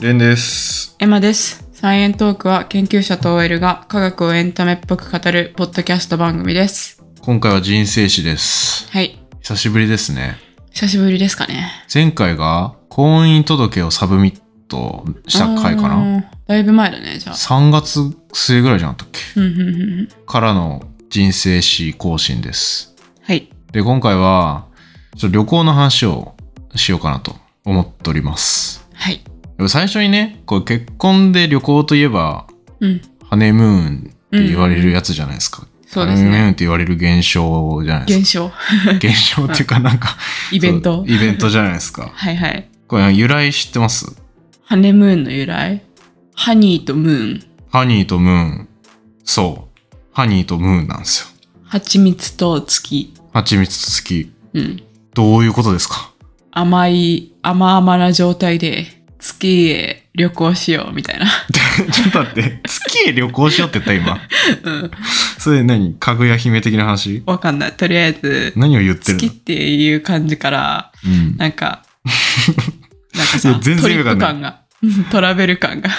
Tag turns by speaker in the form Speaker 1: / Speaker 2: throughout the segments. Speaker 1: レンです。
Speaker 2: エマです。サイエントークは研究者と OL が科学をエンタメっぽく語るポッドキャスト番組です。
Speaker 1: 今回は人生史です。
Speaker 2: はい。
Speaker 1: 久しぶりですね。
Speaker 2: 久しぶりですかね。
Speaker 1: 前回が婚姻届をサブミットした回かな
Speaker 2: あーだいぶ前だね、じゃあ。
Speaker 1: ?3 月末ぐらいじゃなかったっけ
Speaker 2: うんうんうんうん。
Speaker 1: からの人生史更新です。
Speaker 2: はい。
Speaker 1: で、今回はちょっと旅行の話をしようかなと思っております。
Speaker 2: はい。
Speaker 1: でも最初にね、こう結婚で旅行といえば
Speaker 2: うん。
Speaker 1: ハネムーンって言われるやつじゃないですか。
Speaker 2: そうです
Speaker 1: ハネムーン
Speaker 2: ね。
Speaker 1: って言われる現象じゃないですか。
Speaker 2: 現象。
Speaker 1: 現象っていうかなんか
Speaker 2: イベント
Speaker 1: そう。イベントじゃないですか。
Speaker 2: はいはい。
Speaker 1: これ由来知ってます
Speaker 2: ハネムーンの由来。ハニーとムーン。
Speaker 1: ハニーとムーン。そう。ハニーとムーンなんですよ。
Speaker 2: 蜂蜜と月。
Speaker 1: 蜂蜜と月。
Speaker 2: うん。
Speaker 1: どういうことですか
Speaker 2: 甘い、甘々な状態で月へ旅行しようみたいな。
Speaker 1: ちょっと待って。月へ旅行しようって言った今。
Speaker 2: うん。
Speaker 1: それ何かぐや姫的な話
Speaker 2: わかんない。とりあえず、
Speaker 1: 何を言ってる
Speaker 2: 月
Speaker 1: の
Speaker 2: っていう感じから、
Speaker 1: うん。
Speaker 2: な んか、なんか
Speaker 1: い
Speaker 2: さ
Speaker 1: や、全
Speaker 2: ト
Speaker 1: 然
Speaker 2: リ
Speaker 1: 意
Speaker 2: ッ
Speaker 1: 味が
Speaker 2: プ
Speaker 1: ない
Speaker 2: 感が、うんトラベル感が、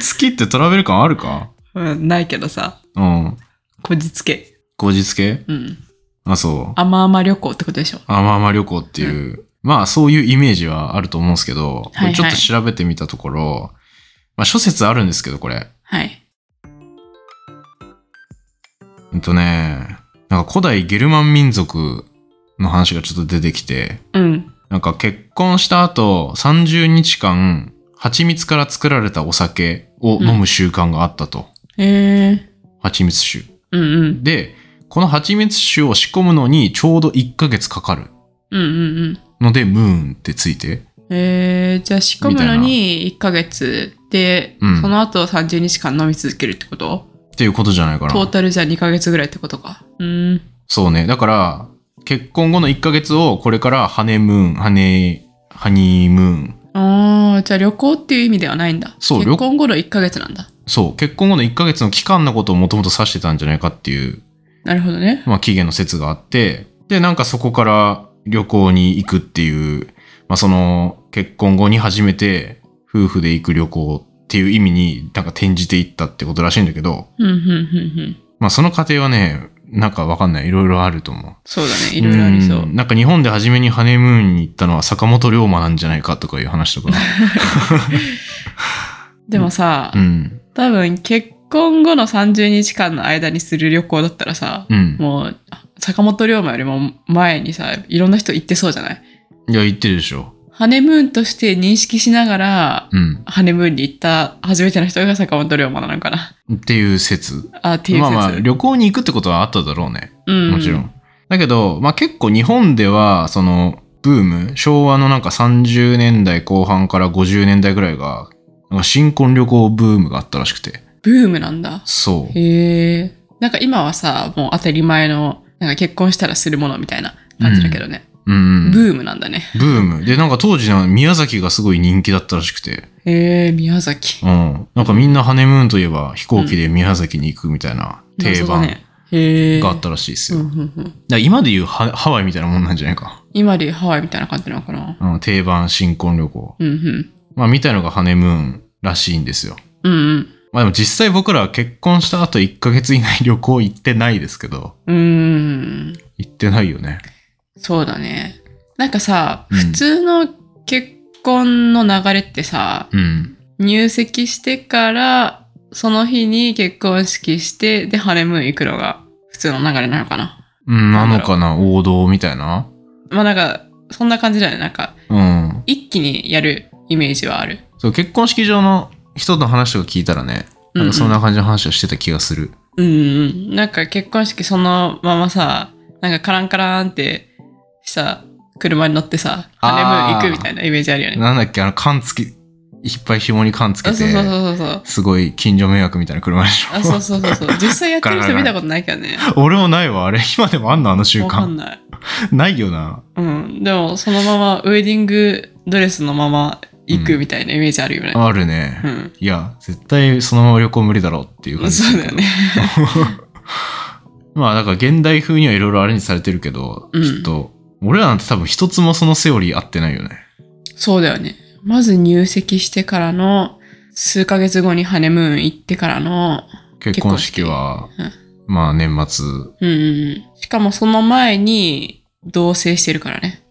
Speaker 1: 月ってトラベル感あるか
Speaker 2: うん、ないけどさ、
Speaker 1: うん。
Speaker 2: こじつけ。
Speaker 1: 後日系
Speaker 2: うん。
Speaker 1: あ、そう。
Speaker 2: あまあま旅行ってことでしょ。
Speaker 1: あまあまあ旅行っていう、まあそういうイメージはあると思うんですけど、
Speaker 2: はいはい
Speaker 1: これちょっと調べてみたところ、まあ諸説あるんですけど、これ。
Speaker 2: はい。
Speaker 1: うんとね、なんか古代ゲルマン民族の話がちょっと出てきて、
Speaker 2: うん。
Speaker 1: なんか結婚した後30日間、蜂蜜から作られたお酒を飲む習慣があったと。
Speaker 2: えー、
Speaker 1: 蜂蜜酒。
Speaker 2: うんうん。
Speaker 1: で、この蜂蜜酒を仕込むのにちょうど1ヶ月かかる
Speaker 2: うんうんうん。
Speaker 1: ので、ムーンってついて。
Speaker 2: えー、じゃあ仕込むのに1ヶ月で、
Speaker 1: うん
Speaker 2: その後30日間飲み続けるってこと
Speaker 1: っていうことじゃないかな。
Speaker 2: トータルじゃ2ヶ月ぐらいってことか。うん。
Speaker 1: そうね。だから、結婚後の1ヶ月をこれからハネムーン、ハネ、ハニームーン。
Speaker 2: ああ、じゃあ旅行っていう意味ではないんだ。
Speaker 1: そう旅
Speaker 2: 結婚後の1ヶ月なんだ。
Speaker 1: そう、結婚後の1ヶ月の期間のことをもともと指してたんじゃないかっていう、
Speaker 2: なるほどね。
Speaker 1: まあ期限の説があって、で、なんかそこから旅行に行くっていう、まあその、結婚後に初めて夫婦で行く旅行っていう意味になんか転じていったってことらしいんだけど、
Speaker 2: うんうんうんうん。
Speaker 1: まあその過程はね、なんかわかんない。いろいろあると思う。。
Speaker 2: そうだね。いろいろありそうん
Speaker 1: なんか日本で初めにハネムーンに行ったのは坂本龍馬なんじゃないかとかいう話とか。
Speaker 2: でもさ、
Speaker 1: うん。
Speaker 2: 多分結婚後の30日間の間にする旅行だったらさ、
Speaker 1: うん。
Speaker 2: もうあ坂本龍馬よりも前にさいろんな人行ってそうじゃない
Speaker 1: いや、行ってるでしょ。
Speaker 2: ハネムーンとして認識しながら
Speaker 1: うん。
Speaker 2: ハネムーンに行った初めての人が坂本龍馬なのかな
Speaker 1: っていう説。
Speaker 2: あっていう説、
Speaker 1: まあまあ、旅行に行くってことはあっただろうね。
Speaker 2: うん、
Speaker 1: もちろん。だけど、まあ結構日本では、その、ブーム、昭和のなんか30年代後半から50年代ぐらいが、なんか新婚旅行ブームがあったらしくて。
Speaker 2: ブームなんだ
Speaker 1: そう。
Speaker 2: へえなんか今はさもう当たり前のなんか結婚したらするものみたいな感じだけどね、
Speaker 1: うん。
Speaker 2: ブームなんだね
Speaker 1: ブーム。で、なんか当時の宮崎がすごい人気だったらしくて。
Speaker 2: へえ宮崎
Speaker 1: うん。なんかみんなハネムーンといえば飛行機で宮崎に行くみたいな定
Speaker 2: 謎だ
Speaker 1: 番
Speaker 2: ねへえ
Speaker 1: があったらしいですよ。
Speaker 2: うんうんうん
Speaker 1: だから今で言うハハワイみたいなもんなんじゃないか。
Speaker 2: 今でいうハワイみたいな感じなのかな
Speaker 1: うん、定番新婚旅行。
Speaker 2: うんうん。
Speaker 1: まあ、みたいのがハネムーンらしいんですよ。
Speaker 2: うん
Speaker 1: まあでも実際僕らは結婚した後1ヶ月以内旅行行ってないですけど、
Speaker 2: うん。うーん。
Speaker 1: 行ってないよね。
Speaker 2: そうだね。なんかさ、
Speaker 1: うん
Speaker 2: 普通の結婚の流れってさ、
Speaker 1: うん。
Speaker 2: 入籍してから、その日に結婚式して、で、ハネムーン行くのが普通の流れなのかな。
Speaker 1: うん、なのかな王道みたいな。
Speaker 2: まあなんか、そんな感じだよね。なんか、
Speaker 1: うん。
Speaker 2: 一気にやるイメージはある。
Speaker 1: そう、結婚式場の人の話とか聞いたらね、なんかそんな感じの話をしてた気がする。
Speaker 2: うんうん。なんか結婚式そのままさ、なんかカランカランってした車に乗ってさ、
Speaker 1: あー
Speaker 2: ハネムーン行くみたいなイメージあるよね。
Speaker 1: なんだっけ、あの、缶つき、いっぱい紐に缶つけ
Speaker 2: あ
Speaker 1: て、
Speaker 2: そうそうそうそうそう。
Speaker 1: すごい近所迷惑みたいな車でし
Speaker 2: あ、そう
Speaker 1: ょ。
Speaker 2: そうそうそう。実際やってる人見たことないけどね。
Speaker 1: 俺もないわ、あれ。今でもあんのあの習
Speaker 2: わか
Speaker 1: 慣。
Speaker 2: んない。
Speaker 1: ないよな。
Speaker 2: うん。でも、そのまま、ウェディングドレスのまま行くみたいなイメージあるよね。
Speaker 1: あるね。
Speaker 2: うん。
Speaker 1: いや、絶対そのまま旅行無理だろうっていう感じす
Speaker 2: そう
Speaker 1: る
Speaker 2: だ
Speaker 1: け
Speaker 2: よ
Speaker 1: ど。
Speaker 2: ね。
Speaker 1: まあ、だから現代風にはいろいろアレンジされてるけど、
Speaker 2: うん
Speaker 1: ちょっと、俺らなんて多分一つもそのセオリー合ってないよね。
Speaker 2: そうだよね。まず入籍してからの、数ヶ月後にハネムーン行ってからの、
Speaker 1: 結婚式は
Speaker 2: 結婚、
Speaker 1: まあ年末。
Speaker 2: うんうんうん。しかもその前に、同棲してるからね。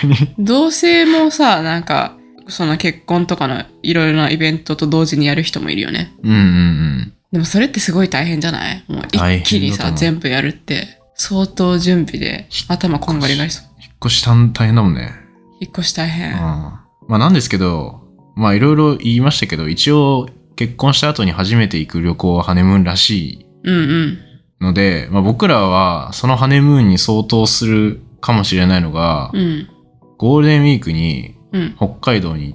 Speaker 1: 確かに。
Speaker 2: 同棲もさ、なんか、その結婚とかのいろいろなイベントと同時にやる人もいるよね。
Speaker 1: うんうんうん。
Speaker 2: でもそれってすごい大変じゃないも
Speaker 1: 大変
Speaker 2: う
Speaker 1: だと思う
Speaker 2: 一気にさ、全部やるって、相当準備で頭こんがりがりそう。
Speaker 1: 引っ越したん大変だもんね。
Speaker 2: 引っ越し大
Speaker 1: うん。
Speaker 2: 変。
Speaker 1: まあなんですけど、まあいろいろ言いましたけど、一応結婚した後に初めて行く旅行はハネムーンらしい
Speaker 2: うんうん。
Speaker 1: ので、まあ僕らはそのハネムーンに相当するかもしれないのが、
Speaker 2: うん。
Speaker 1: ゴールデンウィークに
Speaker 2: うん。
Speaker 1: 北海道に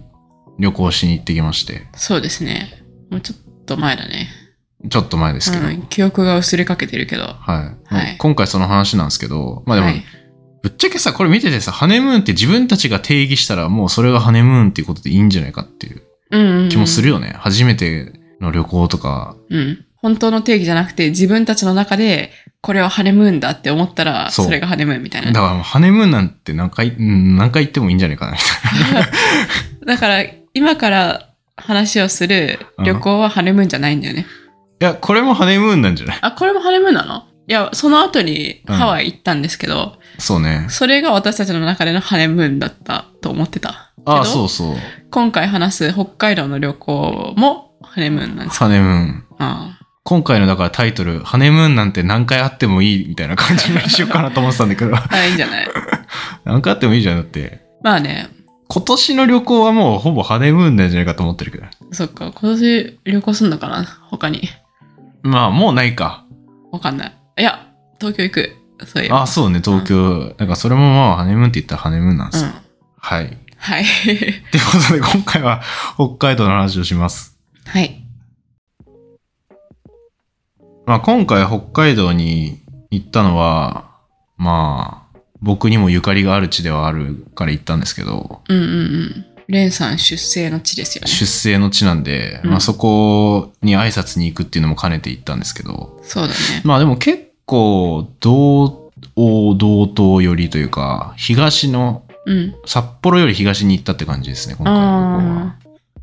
Speaker 1: 旅行しに行ってきまして、
Speaker 2: そうですね。もうちょっと前だね。
Speaker 1: ちょっと前ですけど、
Speaker 2: うん。記憶が薄れかけてるけど。は
Speaker 1: はい。
Speaker 2: はい
Speaker 1: もう今回その話なんですけど、まあでも、
Speaker 2: い、
Speaker 1: ぶっちゃけさ、これ見ててさ、ハネムーンって自分たちが定義したらもうそれがハネムーンっていうことでいいんじゃないかっていう
Speaker 2: うんうんうん
Speaker 1: 気もするよね。初めての旅行とか、
Speaker 2: うん。本当の定義じゃなくて、自分たちの中で、これはハネムーンだって思ったら、
Speaker 1: そう
Speaker 2: それがハネムーンみたいな
Speaker 1: だ。からもうハネムーンなんて何回、うん何回行ってもいいんじゃないかなみたい
Speaker 2: だから、今から話をする旅行はハネムーンじゃないんだよね。
Speaker 1: な。いや、これもハネムーンなんじゃない
Speaker 2: あ、これもハネムーンなのいや、その後にハワイ行ったんですけど、
Speaker 1: そうね。
Speaker 2: それが私たちの中でのハネムーンだったと思ってた。けど
Speaker 1: ああ、そうそう。
Speaker 2: 今回話す北海道の旅行もハネムーン なんですか
Speaker 1: ハネムーン。
Speaker 2: ああ
Speaker 1: 今回のだからタイトル、ハネムーンなんて何回あってもいいみたいな感じにしようかなと思ってたんだけ ど、
Speaker 2: あ、いいんじゃない
Speaker 1: 何回あってもいいじゃん。だって、
Speaker 2: まあね、
Speaker 1: 今年の旅行はもうほぼハネムーンなんじゃないかと思ってるけど。
Speaker 2: そっか、今年旅行すんのかな他に。
Speaker 1: まあ、もうないか。
Speaker 2: わかんない。いや、東京行く。そういえば。
Speaker 1: あ、そうね、東京。だからそれもまあ、ハネムーンって言ったらハネムーンなんで
Speaker 2: う
Speaker 1: す
Speaker 2: ん
Speaker 1: よ。。はい。って
Speaker 2: はい。
Speaker 1: ことで、今回は北海道の話をします。
Speaker 2: はい。
Speaker 1: まあ、今回北海道に行ったのは、まあ、僕にもゆかりがある地ではあるから行ったんですけど、
Speaker 2: うんうんうん。レンさん出生の地ですよね。
Speaker 1: 出生の地なんで、
Speaker 2: うん
Speaker 1: まあそこに挨拶に行くっていうのも兼ねて行ったんですけど、
Speaker 2: そうだね。
Speaker 1: まあでも結構、道央道東寄りというか、東の、
Speaker 2: うん。
Speaker 1: 札幌より東に行ったって感じですね、今回の旅行は
Speaker 2: あ。あ。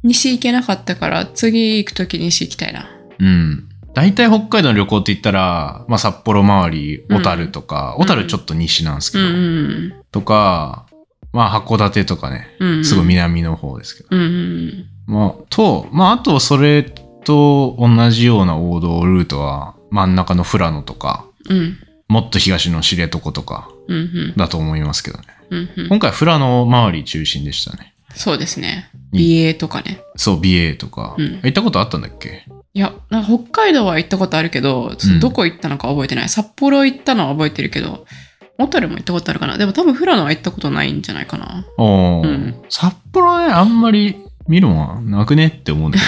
Speaker 2: 西行けなかったから、次行くとき西行きたいな。
Speaker 1: うん。大体北海道の旅行って言ったら、まあ札幌周り、
Speaker 2: うん
Speaker 1: 小樽とか、
Speaker 2: うん
Speaker 1: 小樽ちょっと西なんですけ
Speaker 2: う
Speaker 1: ど、
Speaker 2: ん
Speaker 1: とか、まあ函館とかね、
Speaker 2: うんうん。
Speaker 1: すごい南の方ですけど。
Speaker 2: うんうん
Speaker 1: まあ、と、まああとそれと同じような王道ルートは、真ん中の富良野とか、
Speaker 2: うん。うん
Speaker 1: もっと東の知床とか
Speaker 2: うんうん。
Speaker 1: だと思いますけどね。
Speaker 2: うんうん。
Speaker 1: 今回富良野周り中心でしたね。
Speaker 2: そうですね。
Speaker 1: うん
Speaker 2: 美瑛とかね。
Speaker 1: そう、BA とか。
Speaker 2: うん
Speaker 1: 行ったことあったんだっけ
Speaker 2: いや、なんか北海道は行ったことあるけど、ちょっとどこ行ったのか覚えてない。札幌行ったのは覚えてるけど、小樽も行ったことあるかな。でも多分富良野は行ったことないんじゃないかな。
Speaker 1: おー
Speaker 2: うん
Speaker 1: 札幌ね、あんまり見るもんはなくねって思うんだ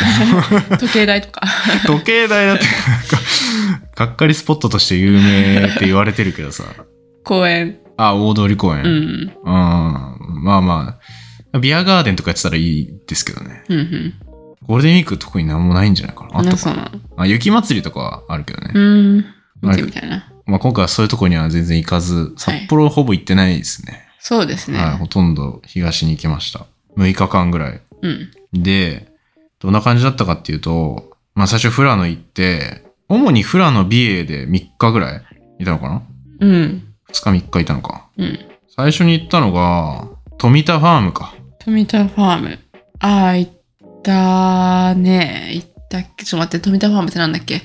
Speaker 1: けど。
Speaker 2: 時計台と か。
Speaker 1: 時計台だってなんか、がっかりスポットとして有名って言われてるけどさ。
Speaker 2: 公園。
Speaker 1: あ、大通公園。
Speaker 2: う
Speaker 1: うん。
Speaker 2: ん。
Speaker 1: まあまあ、ビアガーデンとかやってたらいいですけどね。
Speaker 2: うんうん。
Speaker 1: ゴールデンウィーク特になんもないんじゃないかな。あった
Speaker 2: な
Speaker 1: か
Speaker 2: そうなの。
Speaker 1: あ、雪祭りとかはあるけどね。
Speaker 2: うん。見てみたいな。
Speaker 1: まあ今回はそういうとこには全然行かず、札幌ほぼ行ってないですね。
Speaker 2: そうですね。
Speaker 1: はい、ほとんど東に行きました。6日間ぐらい。
Speaker 2: うん。
Speaker 1: で、どんな感じだったかっていうと、まあ最初富良野行って、主に富良野美瑛で3日ぐらいいたのかな
Speaker 2: うん。
Speaker 1: 2日3日いたのか。
Speaker 2: うん。
Speaker 1: 最初に行ったのが、富田ファームか。
Speaker 2: 富田ファーム。ああ、行ったね。行ったっけちょっと待って、富田ファームってなんだっけ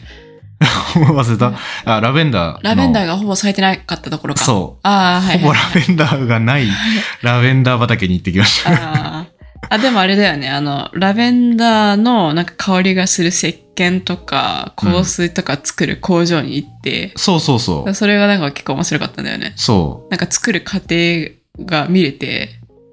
Speaker 1: 忘れた。あ、ラベンダーの。
Speaker 2: ラベンダー
Speaker 1: が。
Speaker 2: がほぼ咲いてなかったところか。う。
Speaker 1: そう。
Speaker 2: ああ、はい、
Speaker 1: ほ
Speaker 2: はい。
Speaker 1: ぼラベンダーがないラベンダー畑に行ってきました。
Speaker 2: あーあ、でもあれだよね。あの、ラベンダーのなんか香りがする石鹸とか香水とか作る工場に行って、
Speaker 1: そうそうそう。
Speaker 2: それがなんか結構面白かったんだよね。
Speaker 1: そ
Speaker 2: なんか作る過程が見れて、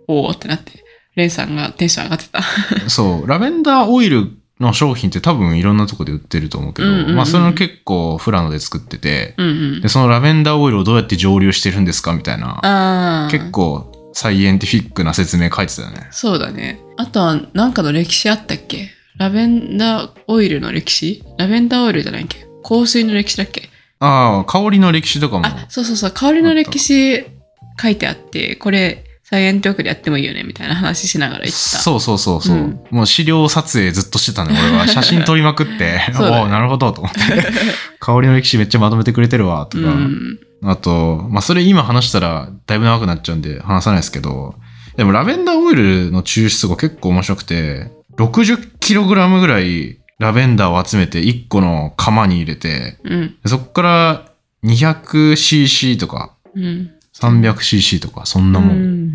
Speaker 2: おおってなって、レンさんがテンション上がってた。
Speaker 1: う。そう。ラベンダーオイルの商品って多分いろんなとこで売ってると思うけど、
Speaker 2: うんうんうん
Speaker 1: まあそれの結構富良野で作ってて、
Speaker 2: うんうん
Speaker 1: で、。そのラベンダーオイルをどうやって蒸留してるんですかみたいな。
Speaker 2: ああ。
Speaker 1: 結。構サイエンティフィックな説明書いてたよね。
Speaker 2: そうだね。あとはなんかの歴史あったっけラベンダーオイルの歴史ラベンダーオイルじゃないっけ香水の歴史だっけ
Speaker 1: ああ、香りの歴史とかも。
Speaker 2: あ、そうそうそう。香りの歴史書いてあって、これサイエントワークでやってもいいよねみたいな話しながら行った。
Speaker 1: そうそうそうそう、
Speaker 2: うん
Speaker 1: もう資料撮影ずっとしてたね俺は 写真撮りまくって、
Speaker 2: そうだね
Speaker 1: おおなるほどと 思って香りの歴史めっちゃまとめてくれてるわと
Speaker 2: う
Speaker 1: か、
Speaker 2: ん。
Speaker 1: あとまあそれ今話したらだいぶ長くなっちゃうんで話さないですけどでもラベンダーオイルの抽出が結構面白くて 60kg ぐらいラベンダーを集めて1個の釜に入れて
Speaker 2: うん。
Speaker 1: そこから 200cc とか
Speaker 2: うん。
Speaker 1: 300cc とかそんなもん、
Speaker 2: うん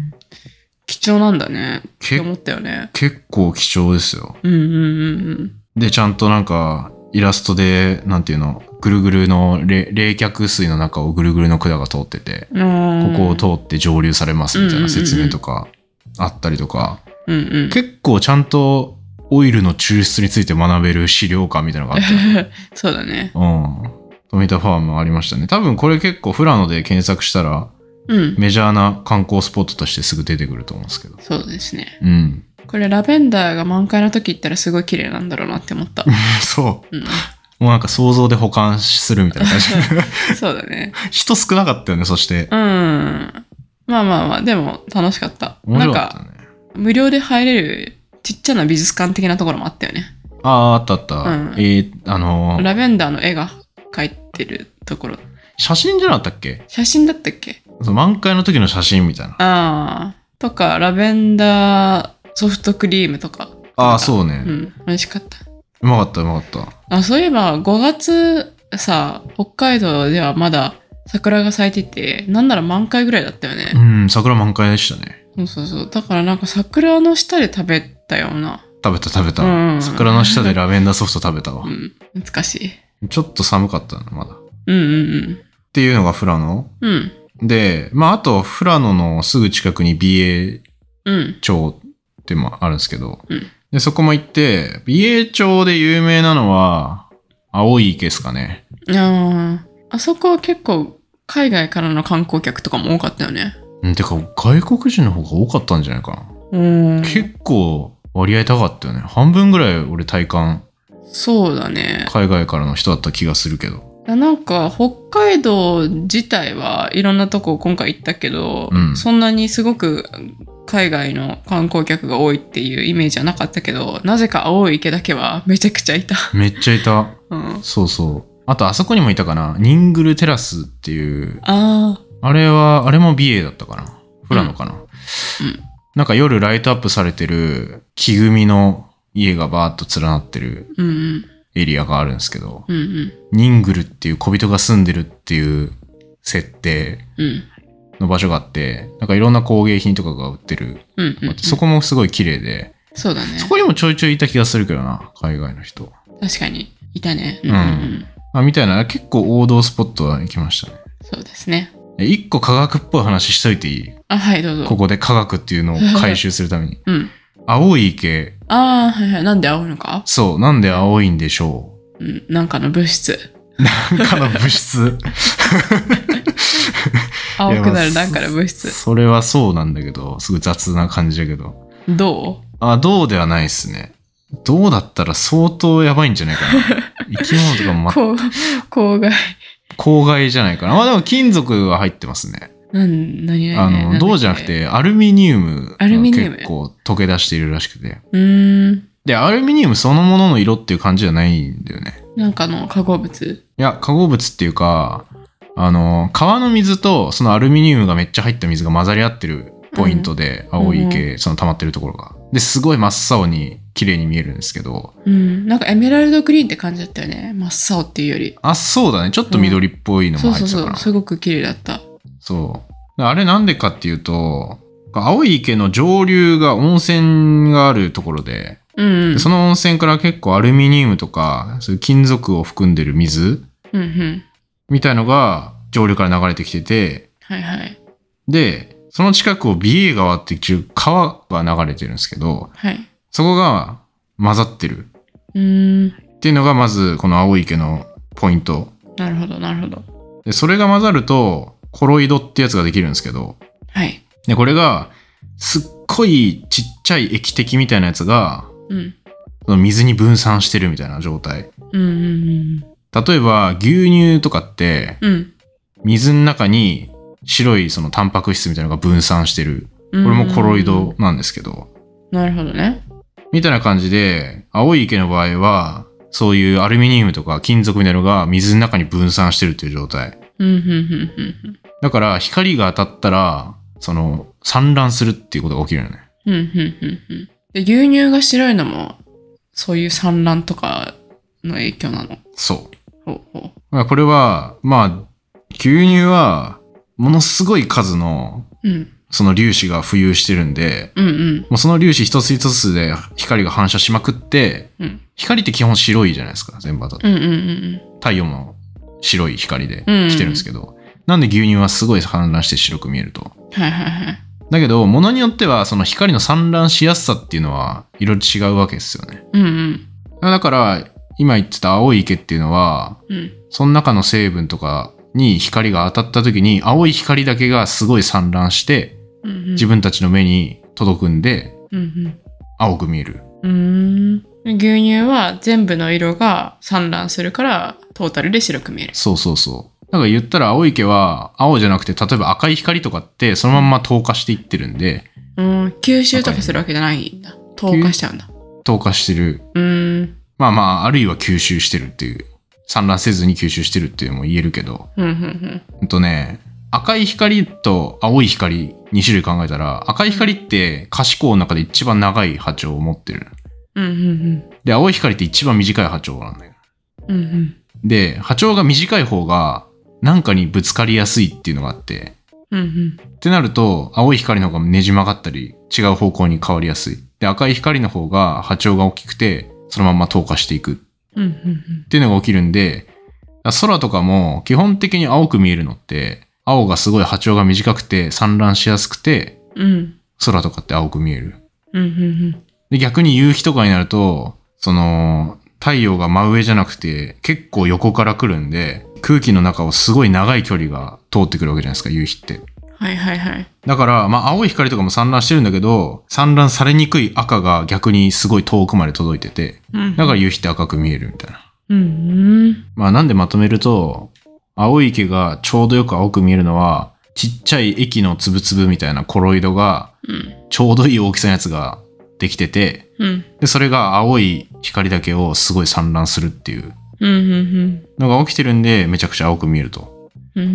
Speaker 2: 貴重なんだね。って
Speaker 1: け
Speaker 2: 思ったよね。
Speaker 1: 結構貴重ですよ
Speaker 2: うんうんうん
Speaker 1: で、ちゃんとなんか、イラストで、なんていうの、ぐるぐるのれ冷却水の中をぐるぐるの管が通ってて、
Speaker 2: うんあー。
Speaker 1: ここを通って蒸留されますみたいな説明とかあったりとか、
Speaker 2: うんうん。
Speaker 1: 結構ちゃんとオイルの抽出について学べる資料館みたいなのがあ って、
Speaker 2: そうだね。
Speaker 1: うん。富田ファームありましたね。多分これ結構フラノで検索したら
Speaker 2: うん。
Speaker 1: メジャーな観光スポットとしてすぐ出てくると思うんですけど。
Speaker 2: そうですね。
Speaker 1: うん。
Speaker 2: これラベンダーが満開の時行ったらすごい綺麗なんだろうなって思 った。
Speaker 1: そう
Speaker 2: うん。
Speaker 1: もうなんか想像で保管するみたいな感じ。
Speaker 2: そうだね。
Speaker 1: 人少なかったよね、そして。
Speaker 2: うん。まあまあまあ、でも楽しかった。
Speaker 1: 面
Speaker 2: なん
Speaker 1: 白かった
Speaker 2: か、
Speaker 1: ね。
Speaker 2: 無料で入れるちっちゃな美術館的なところもあったよね。
Speaker 1: ああー、あったあった。
Speaker 2: うん
Speaker 1: えーあのー
Speaker 2: ラベンダーの絵が描いてるところ。
Speaker 1: 写真じゃなかったっけ
Speaker 2: 写真だったっけ
Speaker 1: その満開の時の写真みたいな。
Speaker 2: ああ。とか、ラベンダーソフトクリームとか。
Speaker 1: ああ、
Speaker 2: う。
Speaker 1: そうね、
Speaker 2: う。
Speaker 1: うん
Speaker 2: 美味しかった。
Speaker 1: まかった、うまかった。
Speaker 2: あそういえば5月さ北海道ではまだ桜が咲いててなんなら満開ぐらいだったよ
Speaker 1: う
Speaker 2: ね、
Speaker 1: ん、桜満開でしたね。
Speaker 2: そうそうそうだからなんか桜の下で食べたような、
Speaker 1: 食べた、食べた、
Speaker 2: うん
Speaker 1: 桜の下でラベンダーソフト食べたわ
Speaker 2: う。ん、懐かしい
Speaker 1: ちょっと寒かったな、まだ。っ
Speaker 2: うん
Speaker 1: ていうのが富良野。
Speaker 2: うんうん
Speaker 1: で、まあ、あと、富良野のすぐ近くに BA
Speaker 2: うんうん
Speaker 1: 町ってもあるんですけど、
Speaker 2: うん
Speaker 1: でそこも行って、BA 町で有名なのは、青い池ですかね。
Speaker 2: あーあそこは結構海外からの観光客とかも多かったよね
Speaker 1: うん、てか外国人の方が多かったんじゃないかな、
Speaker 2: うん
Speaker 1: 結構割合高かったよね半分ぐらい俺体感
Speaker 2: そうだね
Speaker 1: 海外からの人だった気がするけど
Speaker 2: いやなんか北海道自体はいろんなとこ今回行ったけど、
Speaker 1: うん
Speaker 2: そんなにすごく海外の観光客が多いっていうイメージはなかったけどなぜか青い池だけはめちゃくちゃいた、
Speaker 1: めっちゃいた
Speaker 2: うん、あ
Speaker 1: そうそうあとあそこにもいたかなニングルテラスっていう
Speaker 2: あ
Speaker 1: あれはあれも美瑛だったかな富良野かな、
Speaker 2: うん
Speaker 1: なんか夜ライトアップされてる木組みの家がバーッと連なってる
Speaker 2: うんうん
Speaker 1: エリアがあるんですけど
Speaker 2: うんうん
Speaker 1: ニングルっていう小人が住んでるっていう設定
Speaker 2: うん
Speaker 1: の場所があって、なんかいろんな工芸品とかが売ってる。
Speaker 2: うんうん
Speaker 1: そこもすごい綺麗で、
Speaker 2: そうだね
Speaker 1: そこにもちょいちょいいた気がするけどな、海外の人。
Speaker 2: 確かにいたねうん、
Speaker 1: う
Speaker 2: うんん
Speaker 1: あみたいな、結構王道スポットは行きましたね。
Speaker 2: そうですね
Speaker 1: え一個科学っぽい話しといていい
Speaker 2: あはいどうぞ
Speaker 1: ここで科学っていうのを回収するために。
Speaker 2: うん
Speaker 1: 青い池。
Speaker 2: ああはいはいなんで青いのか、
Speaker 1: そう、なんで青いんでしょ
Speaker 2: うん、なんかの物質
Speaker 1: うなんかの物 質。
Speaker 2: 青
Speaker 1: いや
Speaker 2: く
Speaker 1: ま
Speaker 2: な
Speaker 1: あ
Speaker 2: るなんかの物質
Speaker 1: それはそうなんだけど、すごい雑な感じだけど。
Speaker 2: どう
Speaker 1: あ、どうではないですね。どうだったら相当やばいんじゃないかな。生き物とかも
Speaker 2: こう郊外
Speaker 1: 公害じゃないかな。まあでも金属は入ってますね。
Speaker 2: なん、何々
Speaker 1: あ
Speaker 2: ねな
Speaker 1: の、
Speaker 2: んだっけ
Speaker 1: 銅じゃなく。てアルミニウムが
Speaker 2: アルミニウム
Speaker 1: 結構溶け出しているらしくて。
Speaker 2: うーん。
Speaker 1: で、アルミニウムそのものの色っていう感じじゃないんだよね。
Speaker 2: なんかの化合物。
Speaker 1: いや、化合物っていうか、あの、川の水とそのアルミニウムがめっちゃ入った水が混ざり合ってるポイントで、
Speaker 2: ん
Speaker 1: 青い池、その溜まってるところが。で、すごい真っ青に綺麗に見えるんですけど、
Speaker 2: うん。なんかエメラルドグリーンって感じだったよね。真っ青っていうより。
Speaker 1: あ、そうだね。ちょっと緑っぽいの
Speaker 2: そ
Speaker 1: も
Speaker 2: う
Speaker 1: 入っ
Speaker 2: そう
Speaker 1: てたか
Speaker 2: そ
Speaker 1: な
Speaker 2: う。。すごく綺麗だった。
Speaker 1: そう。あれなんでかっていうと、青い池の上流が温泉があるところで、
Speaker 2: うん、うん。
Speaker 1: その温泉から結構アルミニウムとか、そういう金属を含んでる水
Speaker 2: うんうん。
Speaker 1: みたいのが上流から流れてきてて、
Speaker 2: はいはい。
Speaker 1: で、その近くを美瑛川っていう川が流れてるんですけど、
Speaker 2: はい。
Speaker 1: そこが混ざってる
Speaker 2: うーん。
Speaker 1: っていうのがまずこの青い池のポイント。
Speaker 2: なるほど、なるほど。
Speaker 1: で、それが混ざると、コロイドってやつができるんですけど、
Speaker 2: はい。
Speaker 1: で、これが、すっごいちっちゃい液滴みたいなやつが、
Speaker 2: うん。
Speaker 1: その水に分散してるみたいな状態。
Speaker 2: うんうん
Speaker 1: 例えば、牛乳とかって、
Speaker 2: うん。うん。
Speaker 1: 水の中に白いそのタンパク質みたいなのが分散してる。
Speaker 2: うん
Speaker 1: これもコロイドなんですけど、
Speaker 2: なるほどね。
Speaker 1: みたいな感じで、青い池の場合は、そういうアルミニウムとか金属みたいなのが水の中に分散してるという状態。
Speaker 2: うん、ふんふんふんふん。
Speaker 1: だから光が当たったら、その散乱するっていうことが起きるよね。
Speaker 2: うん、うん、うん、うん。で、牛乳が白いのも、そういう産卵とかの影響なの。
Speaker 1: そう。
Speaker 2: ほうほ
Speaker 1: まあこれは、まあ、牛乳は、ものすごい数の、
Speaker 2: う。うん。
Speaker 1: その粒子が浮遊してるんで、
Speaker 2: うんうん。
Speaker 1: もうその粒子一つ一つで光が反射しまくって、
Speaker 2: うん。
Speaker 1: 光って基本白いじゃないですか、全部当たって。
Speaker 2: うんうんうん
Speaker 1: 太陽も白い光で来てるんですけど、なんで牛乳はすごい散乱して白く見えると。
Speaker 2: うん。はいはいはい。
Speaker 1: だけど、物によっては、その光の散乱しやすさっていうのは、いろいろ違うわけですよね。
Speaker 2: うんうん。
Speaker 1: だから、今言ってた青い池っていうのは、
Speaker 2: うん。
Speaker 1: その中の成分とかに光が当たった時に青い光だけがすごい散乱して
Speaker 2: うんうん。
Speaker 1: 自分たちの目に届くんで
Speaker 2: うん
Speaker 1: 青く見える。
Speaker 2: うん。うーん。牛乳は全部の色が散乱するから、トータルで白く見える。
Speaker 1: そうそうそう。だから言ったら青い池は青じゃなくて例えば赤い光とかってそのまんま透過していってるんで
Speaker 2: うん。吸収とかするわけじゃないんだ。透過しちゃうんだ。
Speaker 1: 透過してる。
Speaker 2: うーん。
Speaker 1: まあまああるいは吸収してるっていう散乱せずに吸収してるっていうのも言えるけど。
Speaker 2: うんうん
Speaker 1: うんとね赤い光と青い光2種類考えたら赤い光って可視光の中で一番長い波長を持ってる。
Speaker 2: うん。うんうん
Speaker 1: で、青い光って一番短い波長なんだよ。
Speaker 2: うん。うんうん。
Speaker 1: で、波長が短い方が、なんかにぶつかりやすいっていうのがあって、
Speaker 2: うんうん。
Speaker 1: ってなると、青い光の方がねじ曲がったり、違う方向に変わりやすい。で、赤い光の方が波長が大きくて、そのまんま透過していくっ
Speaker 2: うんうん
Speaker 1: ていうのが起きるんで、だ空とかも基本的に青く見えるのって、青がすごい波長が短くて散乱しやすくて、
Speaker 2: うん。うん。
Speaker 1: 空とかって青く見える。
Speaker 2: うんうん
Speaker 1: で、逆に夕日とかになると、その、太陽が真上じゃなくて、結構横から来るんで、空気の中をすごい長い距離が通ってくるわけじゃないですか、夕日って。
Speaker 2: うん。はいはいはい。
Speaker 1: だから、まあ、青い光とかも散乱してるんだけど、散乱されにくい赤が逆にすごい遠くまで届いてて、
Speaker 2: うん。
Speaker 1: だから夕日って赤く見えるみたいな。
Speaker 2: うんうん。
Speaker 1: まあ、なんでまとめると、青い池がちょうどよく青く見えるのは、ちっちゃい液の粒々みたいなコロイドが、
Speaker 2: うん。
Speaker 1: ちょうどいい大きさのやつができてて、
Speaker 2: うん。
Speaker 1: で、それが青い光だけをすごい散乱するっていう
Speaker 2: うんうん
Speaker 1: のが起きてるんで、めちゃくちゃ青く見えると
Speaker 2: うん。う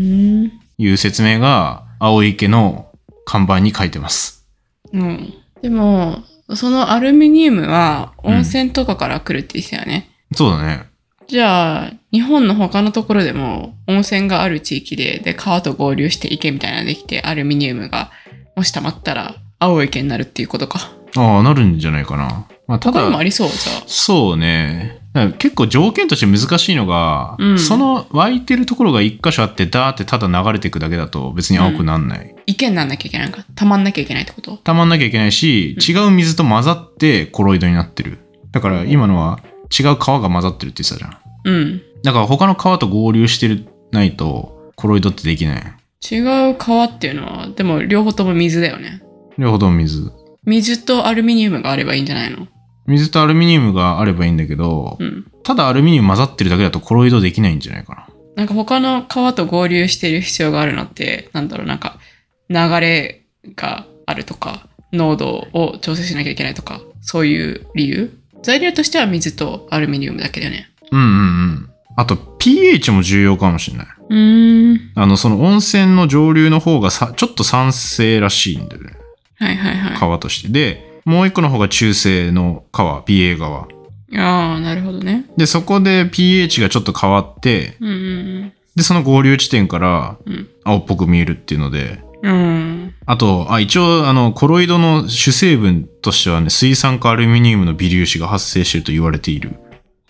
Speaker 2: ん。
Speaker 1: いう説明が、青い池の看板に書いてます。
Speaker 2: うん。でも、そのアルミニウムは温泉とかから来るって言ってたよね。
Speaker 1: そうだね。
Speaker 2: じゃあ、日本の他のところでも温泉がある地域で、で、川と合流して池みたいなのができて、アルミニウムがもし溜まったら青い池になるっていうことか。
Speaker 1: ああ、なるんじゃないかな。まあ、た
Speaker 2: 他にもあ
Speaker 1: だ、
Speaker 2: りそう、じゃあ。
Speaker 1: そうね。だから結構条件として難しいのが、
Speaker 2: うん
Speaker 1: その湧いてるところが一箇所あって、ダーってただ流れていくだけだと別に青くなんない。
Speaker 2: 池になんなきゃいけないのか。溜まんなきゃいけないってこと
Speaker 1: たまんなきゃいけないし、違う水と混ざってコロイドになってる。だから今のは違う川が混ざってるって言ってたじゃん。
Speaker 2: うん。
Speaker 1: だから他の川と合流してないと、コロイドってできない。
Speaker 2: 違う川っていうのは、でも両方とも水だよね。
Speaker 1: 両方とも水。
Speaker 2: 水とアルミニウムがあればいいんじゃないの
Speaker 1: 水とアルミニウムがあればいいんだけど
Speaker 2: う、ん。
Speaker 1: ただアルミニウム混ざってるだけだとコロイドできないんじゃないかな。
Speaker 2: なんか他の川と合流してる必要があるのって、なんだろう、なんか流れがあるとか、濃度を調整しなきゃいけないとか、そういう理由材料としては水とアルミニウムだけだよね。
Speaker 1: うんうんうん。あと、pH も重要かもしれない。
Speaker 2: うーん。
Speaker 1: あの、その温泉の上流の方がさ、ちょっと酸性らしいんだよね。
Speaker 2: はいはいは
Speaker 1: 川として。で、もう一個の方が中性の川、PA 川。
Speaker 2: い。ああ、なるほどね。
Speaker 1: で、そこで pH がちょっと変わって、
Speaker 2: うんうん
Speaker 1: で、その合流地点から
Speaker 2: うん。
Speaker 1: 青っぽく見えるっていうので、
Speaker 2: うん。
Speaker 1: あと、あ、一応、あの、コロイドの主成分としてはね、水酸化アルミニウムの微粒子が発生していると言われている。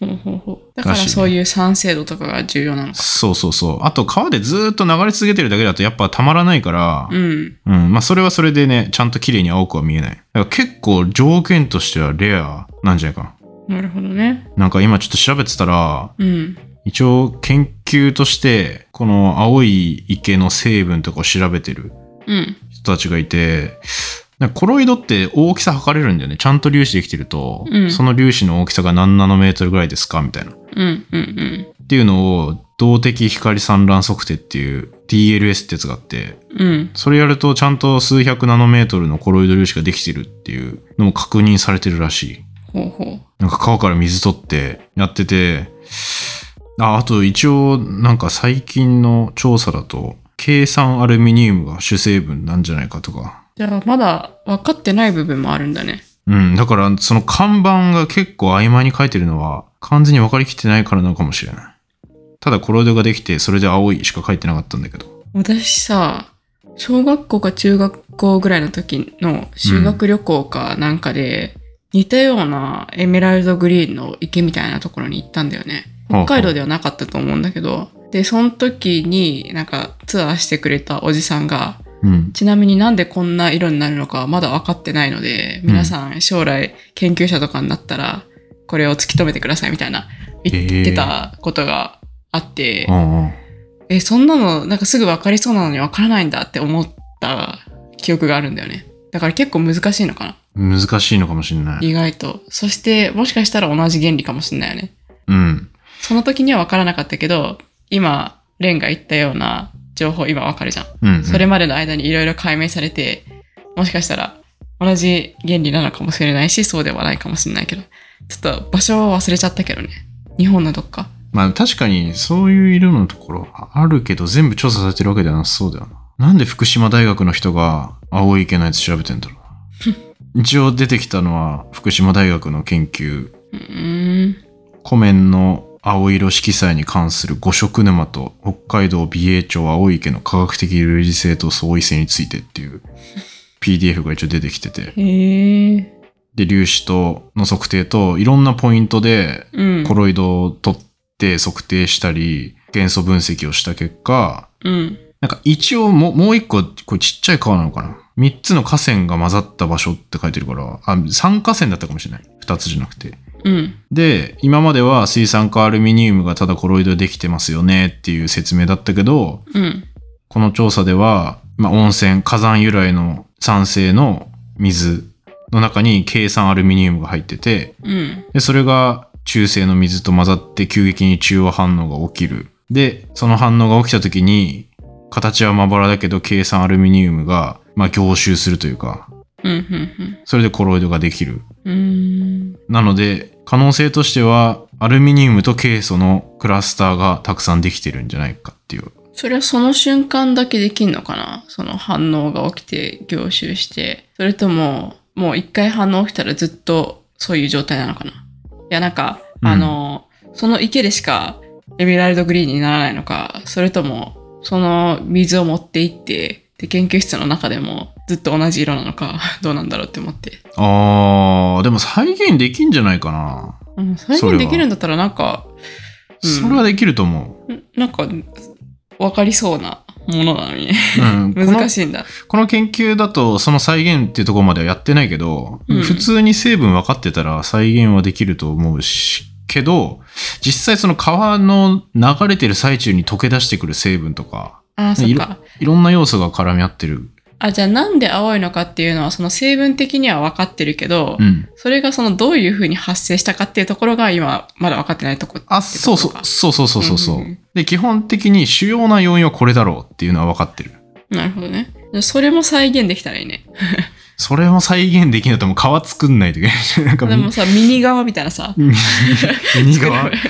Speaker 2: ほうほうほう。だから
Speaker 1: らしいね
Speaker 2: そういう酸性度とかが重要なのか。
Speaker 1: そうそうそう。あと、川でずーっと流れ続けてるだけだとやっぱたまらないから
Speaker 2: う、ん。
Speaker 1: うん、まあ、それはそれでね、ちゃんと綺麗に青くは見えない。だから結構条件としてはレアなんじゃないか
Speaker 2: なるほどね。
Speaker 1: な。なんか今ちょっと調べてたら、
Speaker 2: うん。
Speaker 1: 一応研究として、この青い池の成分とかを調べてる
Speaker 2: うん。
Speaker 1: 人たちがいて、なんかコロイドって大きさ測れるんだよね。ちゃんと粒子できてると、
Speaker 2: うん
Speaker 1: その粒子の大きさが何ナノメートルぐらいですかみたいな。っ
Speaker 2: うんうんうん。
Speaker 1: ていうのを動的光散乱測定っていう DLS ってやつがあって、
Speaker 2: うん。
Speaker 1: それやるとちゃんと数百ナノメートルのコロイド粒子ができてるっていうのも確認されてるらしい。
Speaker 2: ほうほう。
Speaker 1: なんか川から水取ってやってて、あ、あと一応なんか最近の調査だと、計算アルミニウムが主成分なんじゃないかとか。
Speaker 2: じゃあ、まだ分かってない部分もあるんだね。
Speaker 1: うん、だからその看板が結構曖昧に書いてるのは完全に分かりきってないからなのかもしれない。ただコロイドができてそれで青いしか書いてなかったんだけど。
Speaker 2: 私さ、小学校か中学校ぐらいの時の修学旅行かなんかで、似たようなエメラルドグリーンの池みたいなところに行ったんだよね。
Speaker 1: ほうほう
Speaker 2: 北海道ではなかったと思うんだけど。で、その時になんかツアーしてくれたおじさんが、
Speaker 1: うん。
Speaker 2: ちなみになんでこんな色になるのかはまだ分かってないので、皆さん将来研究者とかになったら、これを突き止めてくださいみたいな言ってたことがあって、
Speaker 1: うんうん。
Speaker 2: え、そんなのなんかすぐ分かりそうなのに分からないんだって思った記憶があるんだよね。だから結構難しいのかな
Speaker 1: 難しいのかもしれない。
Speaker 2: 意外と。そしてもしかしたら同じ原理かもしれないよね。
Speaker 1: うん。
Speaker 2: その時には分からなかったけど、今、レンが言ったような情報今分かるじゃん。
Speaker 1: うん、うん。
Speaker 2: それまでの間にいろいろ解明されて、もしかしたら同じ原理なのかもしれないし、そうではないかもしれないけど、ちょっと場所は忘れちゃったけどね。日本のどっか。
Speaker 1: まあ確かにそういう色のところあるけど全部調査されてるわけではなさそうだよな。なんで福島大学の人が青い池のやつ調べてんだろう。一応出てきたのは福島大学の研究、
Speaker 2: うーん。
Speaker 1: 湖面の青色色彩に関する五色沼と北海道美瑛町青い池の科学的類似性と相違性についてっていう PDF が一応出てきてて、
Speaker 2: へえ。
Speaker 1: で粒子との測定といろんなポイントで
Speaker 2: うん。
Speaker 1: コロイドを取って測定したり、元素分析をした結果、
Speaker 2: うん。
Speaker 1: なんか一応ももう一個、これちっちゃい川なのかな三つの河川が混ざった場所って書いてるから、あ、三河川だったかもしれない。二つじゃなくて。
Speaker 2: うん。
Speaker 1: で、今までは水酸化アルミニウムがただコロイドでできてますよねっていう説明だったけど、
Speaker 2: うん。
Speaker 1: この調査では、まあ、温泉、火山由来の酸性の水の中に計酸アルミニウムが入ってて、
Speaker 2: うん。
Speaker 1: で、それが中性の水と混ざって急激に中和反応が起きる。で、その反応が起きた時に、形はまばらだけど、計算アルミニウムが、まあ、凝集するというか、
Speaker 2: うん。うん。
Speaker 1: それでコロイドができる。
Speaker 2: うん。
Speaker 1: なので、可能性としては、アルミニウムとケイ素のクラスターがたくさんできてるんじゃないかっていう。
Speaker 2: それはその瞬間だけできんのかなその反応が起きて凝集して。それとも、もう一回反応起きたらずっとそういう状態なのかないや、なんか、
Speaker 1: うん
Speaker 2: あの、その池でしかエメラルドグリーンにならないのか、それとも、その水を持って行って、で、研究室の中でもずっと同じ色なのか、どうなんだろうって思って。
Speaker 1: あー、でも再現できんじゃないかな。
Speaker 2: うん、再
Speaker 1: それ
Speaker 2: 現
Speaker 1: は
Speaker 2: できるんだったらなんか、うん
Speaker 1: それはできると思
Speaker 2: んなんか、わかりそうなものなのにね。
Speaker 1: う。 うん、この
Speaker 2: 難しいんだ。
Speaker 1: この研究だとその再現っていうところまではやってないけど、
Speaker 2: うん
Speaker 1: 普通に成分分かってたら再現はできると思うしけど実際その川の流れてる最中に溶け出してくる成分とか
Speaker 2: ああ、そっ
Speaker 1: 色
Speaker 2: か。
Speaker 1: いろんな要素が絡み合ってる、
Speaker 2: あ、じゃあなんで青いのかっていうのは、その成分的には分かってるけど、
Speaker 1: うん、
Speaker 2: それがそのどういうふうに発生したかっていうところが今、まだ分かってないとこってことか。
Speaker 1: あそうそうそうそうそうそうそう、
Speaker 2: うんうん
Speaker 1: で基本的に主要な要因はこれだろうっていうのは分かってる
Speaker 2: なるほどね。じゃあそれも再現できたらいいね。
Speaker 1: それも再現できないともう川作んないといけないしなんか
Speaker 2: でもさ、ミニ側みたいなさ。
Speaker 1: ミニミニ川
Speaker 2: 作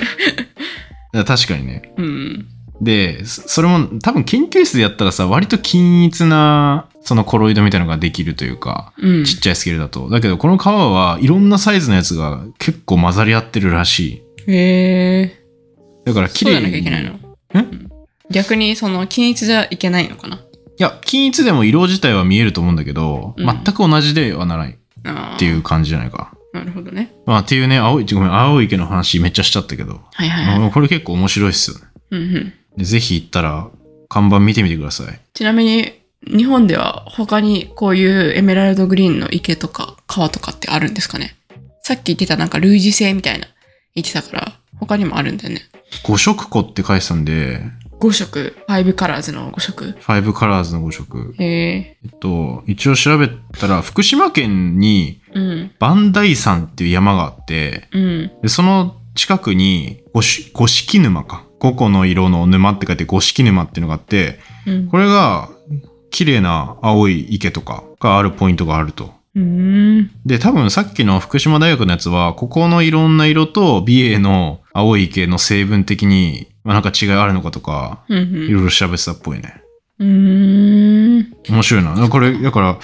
Speaker 2: れば
Speaker 1: 確かにね
Speaker 2: うん。
Speaker 1: で、そそれも多分研究室でやったらさ、割と均一な、そのコロイドみたいなのができるというか、
Speaker 2: うん。
Speaker 1: ちっちゃいスケールだと。だけど、この川はいろんなサイズのやつが結構混ざり合ってるらしい。
Speaker 2: へえ。
Speaker 1: だから綺
Speaker 2: そうじ
Speaker 1: 麗
Speaker 2: ゃなきゃいけないの。うん逆にその均一じゃいけないのかな。
Speaker 1: いや、均一でも色自体は見えると思うんだけど、
Speaker 2: うん
Speaker 1: 全く同じではならないっ
Speaker 2: ああ。
Speaker 1: ていう感じじゃないか。
Speaker 2: なるほどね。
Speaker 1: まあ、っていうね、青い、ごめん、青い池の話めっちゃしちゃったけど、
Speaker 2: はいはいはい。
Speaker 1: これ結構面白いっすよね。
Speaker 2: うんうん。
Speaker 1: でぜひ行ったら、看板見てみてください。
Speaker 2: ちなみに、日本では他にこういうエメラルドグリーンの池とか川とかってあるんですかねさっき言ってたなんか類似性みたいな言ってたから、他にもあるんだよね。
Speaker 1: 五色湖って書いてたんで、
Speaker 2: 5色、5カラーズの5色。
Speaker 1: ファイブカラーズの五色。
Speaker 2: へえ。
Speaker 1: えっと、一応調べたら、福島県に
Speaker 2: うん、
Speaker 1: バンダイ山っていう山があって、
Speaker 2: うん、
Speaker 1: でその近くに五色五色沼か。 5個の色の沼って書いて五色沼っていうのがあって、
Speaker 2: うん
Speaker 1: これが綺麗な青い池とかがあるポイントがあると。
Speaker 2: うん
Speaker 1: で、多分さっきの福島大学のやつは、ここのいろんな色と美瑛の青い池の成分的に、まあ、なんか違いあるのかとか、
Speaker 2: うん
Speaker 1: いろいろ調べてたっぽいね。
Speaker 2: うんうん
Speaker 1: 面白いな。これ、だから、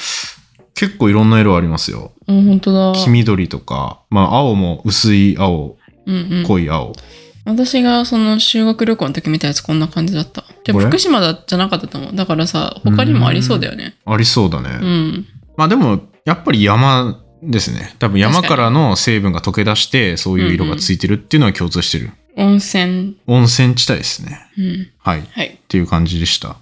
Speaker 1: 結構いろんな色ありますよ。
Speaker 2: あ本当だ
Speaker 1: 黄緑とか、まあ青も薄い青、
Speaker 2: うんうん
Speaker 1: 濃い青。
Speaker 2: 私がその修学旅行の時見たやつこんな感じだった。で
Speaker 1: これ
Speaker 2: 福島だじゃなかったと思う。だからさ、他にもありそうだよね。
Speaker 1: ありそうだね。
Speaker 2: うん。
Speaker 1: まあでも、やっぱり山ですね。多分山からの成分が溶け出して、そういう色がついてるっていうのは共通してる。
Speaker 2: 温泉。
Speaker 1: 温泉地帯ですね。
Speaker 2: うん。
Speaker 1: はい。っ
Speaker 2: はい。
Speaker 1: ていう感じでした。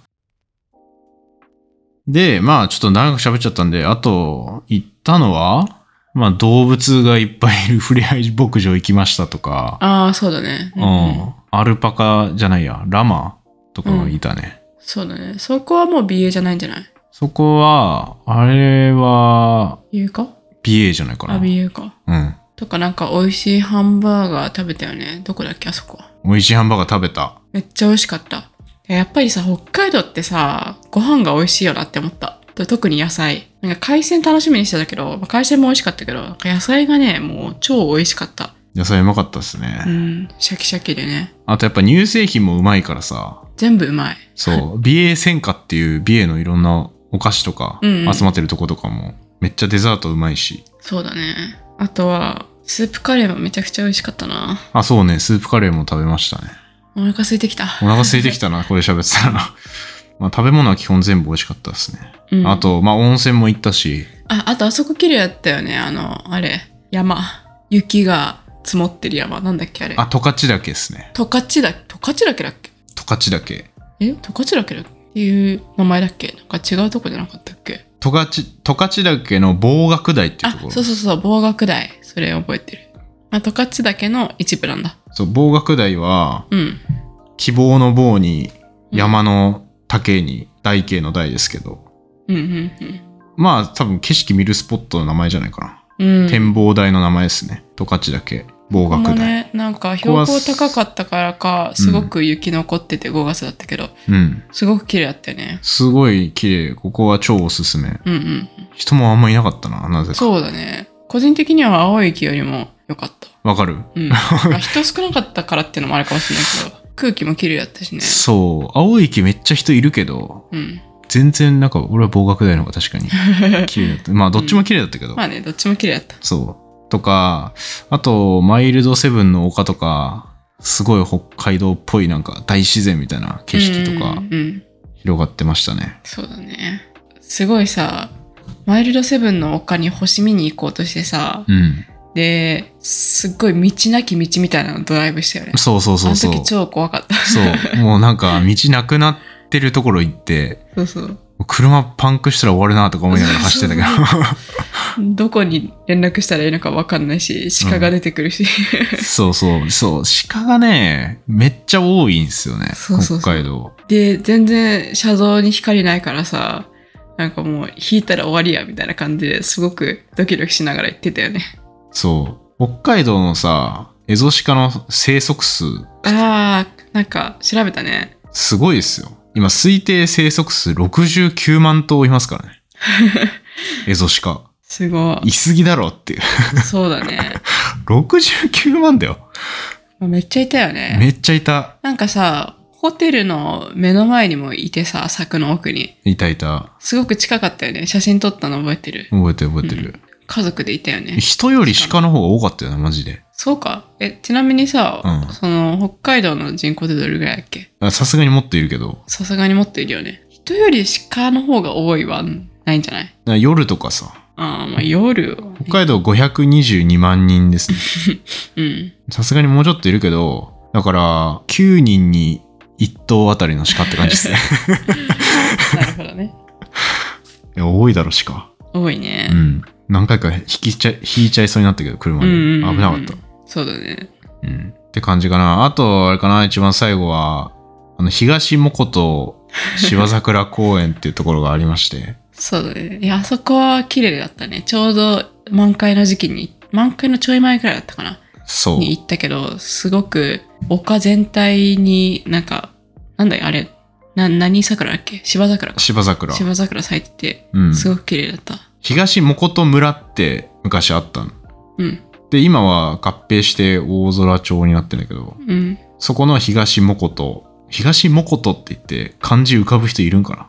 Speaker 1: で、まあちょっと長く喋っちゃったんで、あと、行ったのは、まあ動物がいっぱいいる ふれあい牧場行きましたとか、
Speaker 2: ああ、そうだね。
Speaker 1: うん。アルパカじゃないや、ラマとかがいたね。
Speaker 2: そうだね。そこはもう BA じゃないんじゃない
Speaker 1: そこは、あれは、
Speaker 2: 言うか
Speaker 1: 美瑛じゃないか
Speaker 2: あ、
Speaker 1: な。
Speaker 2: BA か。
Speaker 1: うん。
Speaker 2: とかなんか美味しいハンバーガー食べたよね。どこだっけあそこ。
Speaker 1: 美味しいハンバーガー食べた。
Speaker 2: めっちゃ美味しかった。やっぱりさ、北海道ってさ、ご飯が美味しいよなって思った。と特に野菜。なんか海鮮楽しみにしてたけど、まあ海鮮も美味しかったけど、なんか野菜がね、もう超美味しかった。
Speaker 1: 野菜うまかったです
Speaker 2: う
Speaker 1: ね。
Speaker 2: ん、シャキシャキでね。
Speaker 1: あとやっぱ乳製品もうまいからさ、
Speaker 2: 全部うまい。
Speaker 1: そう、美瑛専科っていう美瑛のいろんなお菓子とか
Speaker 2: うんうん
Speaker 1: 集まってるとことかも、めっちゃデザートうまいし。
Speaker 2: そうだね。あとは、スープカレーもめちゃくちゃ美味しかったな。
Speaker 1: あ、そうね、スープカレーも食べましたね。
Speaker 2: お腹空いてきた。
Speaker 1: お腹空いてきた な、これ喋ってたら。 まあ食べ物は基本全部美味しかったですね。
Speaker 2: うん
Speaker 1: あ。と、まあ温泉も行ったし、
Speaker 2: あ、あとあそこ綺麗だったよね。あの、あれ、山。雪が積もってる山。なんだっけあれ。
Speaker 1: あ、十勝岳ですね。
Speaker 2: 十勝だ、十勝だけだっけ
Speaker 1: 十勝岳。
Speaker 2: え十勝だけだっけっていう名前だっけなんか違うとこじゃなかったっけ
Speaker 1: 十勝、十勝岳の棒岳台っていう
Speaker 2: あ
Speaker 1: とこ、ろ。
Speaker 2: そうそうそう、棒学台。それ覚えてる。あ十勝だけの一部なんだ。
Speaker 1: そう、棒岳台は、
Speaker 2: うん。
Speaker 1: 希望の棒に、山の竹に、台形の台ですけど、
Speaker 2: うんうん
Speaker 1: まあ多分景色見るスポットの名前じゃないかな。
Speaker 2: うん。うん、
Speaker 1: 展望台の名前ですね。十勝岳、棒
Speaker 2: ここ
Speaker 1: 岳
Speaker 2: も
Speaker 1: 台。
Speaker 2: ねなんか
Speaker 1: こ
Speaker 2: 標
Speaker 1: こは
Speaker 2: 高高かったからかすごく雪残ってて5月だったけど、
Speaker 1: うん。
Speaker 2: すごく綺麗だったよね
Speaker 1: すごい綺麗。ここは超おすすめ。
Speaker 2: うんうん
Speaker 1: 人もあんまいなかったな、なぜか。
Speaker 2: そうだね個人的には青い雪よりも良かった
Speaker 1: わかる、
Speaker 2: うん、まあ人少なかったからっていうのもあるかもしれないけど空気も綺麗だったしね
Speaker 1: そう。青い池めっちゃ人いるけど、
Speaker 2: うん
Speaker 1: 全然なんか俺は棒岳台の方が確 かに綺麗だった。まあどっちも綺麗だったけど。
Speaker 2: まあねどっちも綺麗だった
Speaker 1: そう。とか、あと、マイルドセブンの丘とか、すごい北海道っぽいなんか大自然みたいな景色と
Speaker 2: う
Speaker 1: か
Speaker 2: んうんうん
Speaker 1: 広がってましたね。
Speaker 2: そうだねすごいさマイルドセブンの丘に星見に行こうとしてさ
Speaker 1: うん。
Speaker 2: ですっごい道なき道みたいなのドライブしたよね
Speaker 1: そうそうそうそう
Speaker 2: あの。時超怖かった
Speaker 1: そう。もうなんか道なくなってるところ行って、
Speaker 2: そうそう
Speaker 1: 車パンクしたら終わるなとか思いながら走ってたけど。
Speaker 2: どこに連絡したらいいのか分かんないし鹿が出てくるし、
Speaker 1: そうそう。そう。鹿がね、めっちゃ多いんですよね。
Speaker 2: そうそうそう
Speaker 1: 北海道。
Speaker 2: で全然車道に光ないからさなんかもう引いたら終わりやみたいな感じですごくドキドキしながら行ってた よね
Speaker 1: そう。北海道のさ、エゾシカの生息数
Speaker 2: あーなんか調べたね
Speaker 1: すごいですよ。今、推定生息数69万頭いますから ね。エゾシカ。
Speaker 2: すご
Speaker 1: いすぎだろっていう。
Speaker 2: いそう だね、
Speaker 1: 69万だよ。
Speaker 2: まあめっちゃいたよね
Speaker 1: めっちゃいた。
Speaker 2: なんかさホテルの目の前にもいてさ柵の奥に
Speaker 1: いたいた。
Speaker 2: すごく近かったよね写真撮ったの覚えてる
Speaker 1: 覚えてる覚えてる。
Speaker 2: 家族でいたよね
Speaker 1: 人より鹿の方が多かったよな、マジで。
Speaker 2: そうか。え、ちなみにさ、
Speaker 1: うん
Speaker 2: その、北海道の人口ってどれぐらいだっけ
Speaker 1: あさすがにもっといるけど。
Speaker 2: さすがにもっといるよね。人より鹿の方が多いはないんじゃない
Speaker 1: な夜とかさ。
Speaker 2: ああ、まあ夜はね、
Speaker 1: 北海道522万人ですね。
Speaker 2: うん。
Speaker 1: さすがにもうちょっといるけど、だから、9人に1頭あたりの鹿って感じです ね。
Speaker 2: なるほどね。
Speaker 1: いや多いだろ、鹿。
Speaker 2: 多いね
Speaker 1: う。ん。何回か引きちゃい、引いちゃいそうになったけど、車で。
Speaker 2: うんうんうん
Speaker 1: 危なかった。
Speaker 2: そうだね。
Speaker 1: うん。って感じかな。あと、あれかな、一番最後は、あの、東モコと芝桜公園っていうところがありまして、
Speaker 2: そうだね。いや、あそこは綺麗だったね。ちょうど満開の時期に、満開のちょい前くらいだったかな。
Speaker 1: そう。
Speaker 2: に行ったけど、すごく丘全体になんか、なんだよ、あれ、な、何桜だっけ芝桜か。
Speaker 1: 芝桜。
Speaker 2: 芝桜咲いてて、
Speaker 1: うん。
Speaker 2: すごく綺麗だった。
Speaker 1: 東誠村って昔あったの。
Speaker 2: うん。
Speaker 1: で、今は合併して大空町になってんだけど、
Speaker 2: うん。
Speaker 1: そこの東誠。東誠って言って漢字浮かぶ人いるんか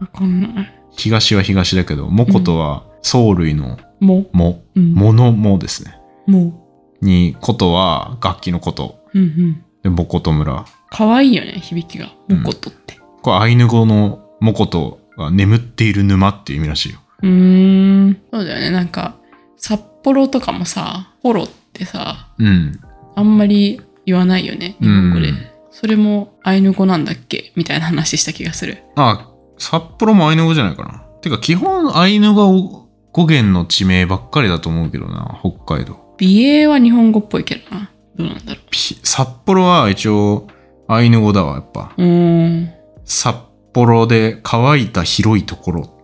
Speaker 1: な
Speaker 2: わかんない。
Speaker 1: 東は東だけど、誠は藻類の
Speaker 2: も、
Speaker 1: 藻、
Speaker 2: うん。
Speaker 1: 物もですね。
Speaker 2: も
Speaker 1: に、ことは楽器のこと。
Speaker 2: う。うんうん。
Speaker 1: で、もこと村。
Speaker 2: 可愛いよね、響きが。
Speaker 1: うん
Speaker 2: もことって。
Speaker 1: これアイヌ語のもことが眠っている沼っていう意味らしいよ。
Speaker 2: うーん。そうだよね、なんか、札幌とかもさ、ホロってさ、
Speaker 1: うん。
Speaker 2: あんまり言わないよね、日本語で。
Speaker 1: うん
Speaker 2: それもアイヌ語なんだっけみたいな話した気がする。
Speaker 1: あ、札幌もアイヌ語じゃないかな。てか、基本アイヌ語語源の地名ばっかりだと思うけどな、北海道。
Speaker 2: 美瑛は日本語っぽいけどな。どうなんだろ
Speaker 1: ピ札幌は一応アイヌ語だわ、やっぱ。
Speaker 2: う。うーん。
Speaker 1: 札幌で乾いた広いところ。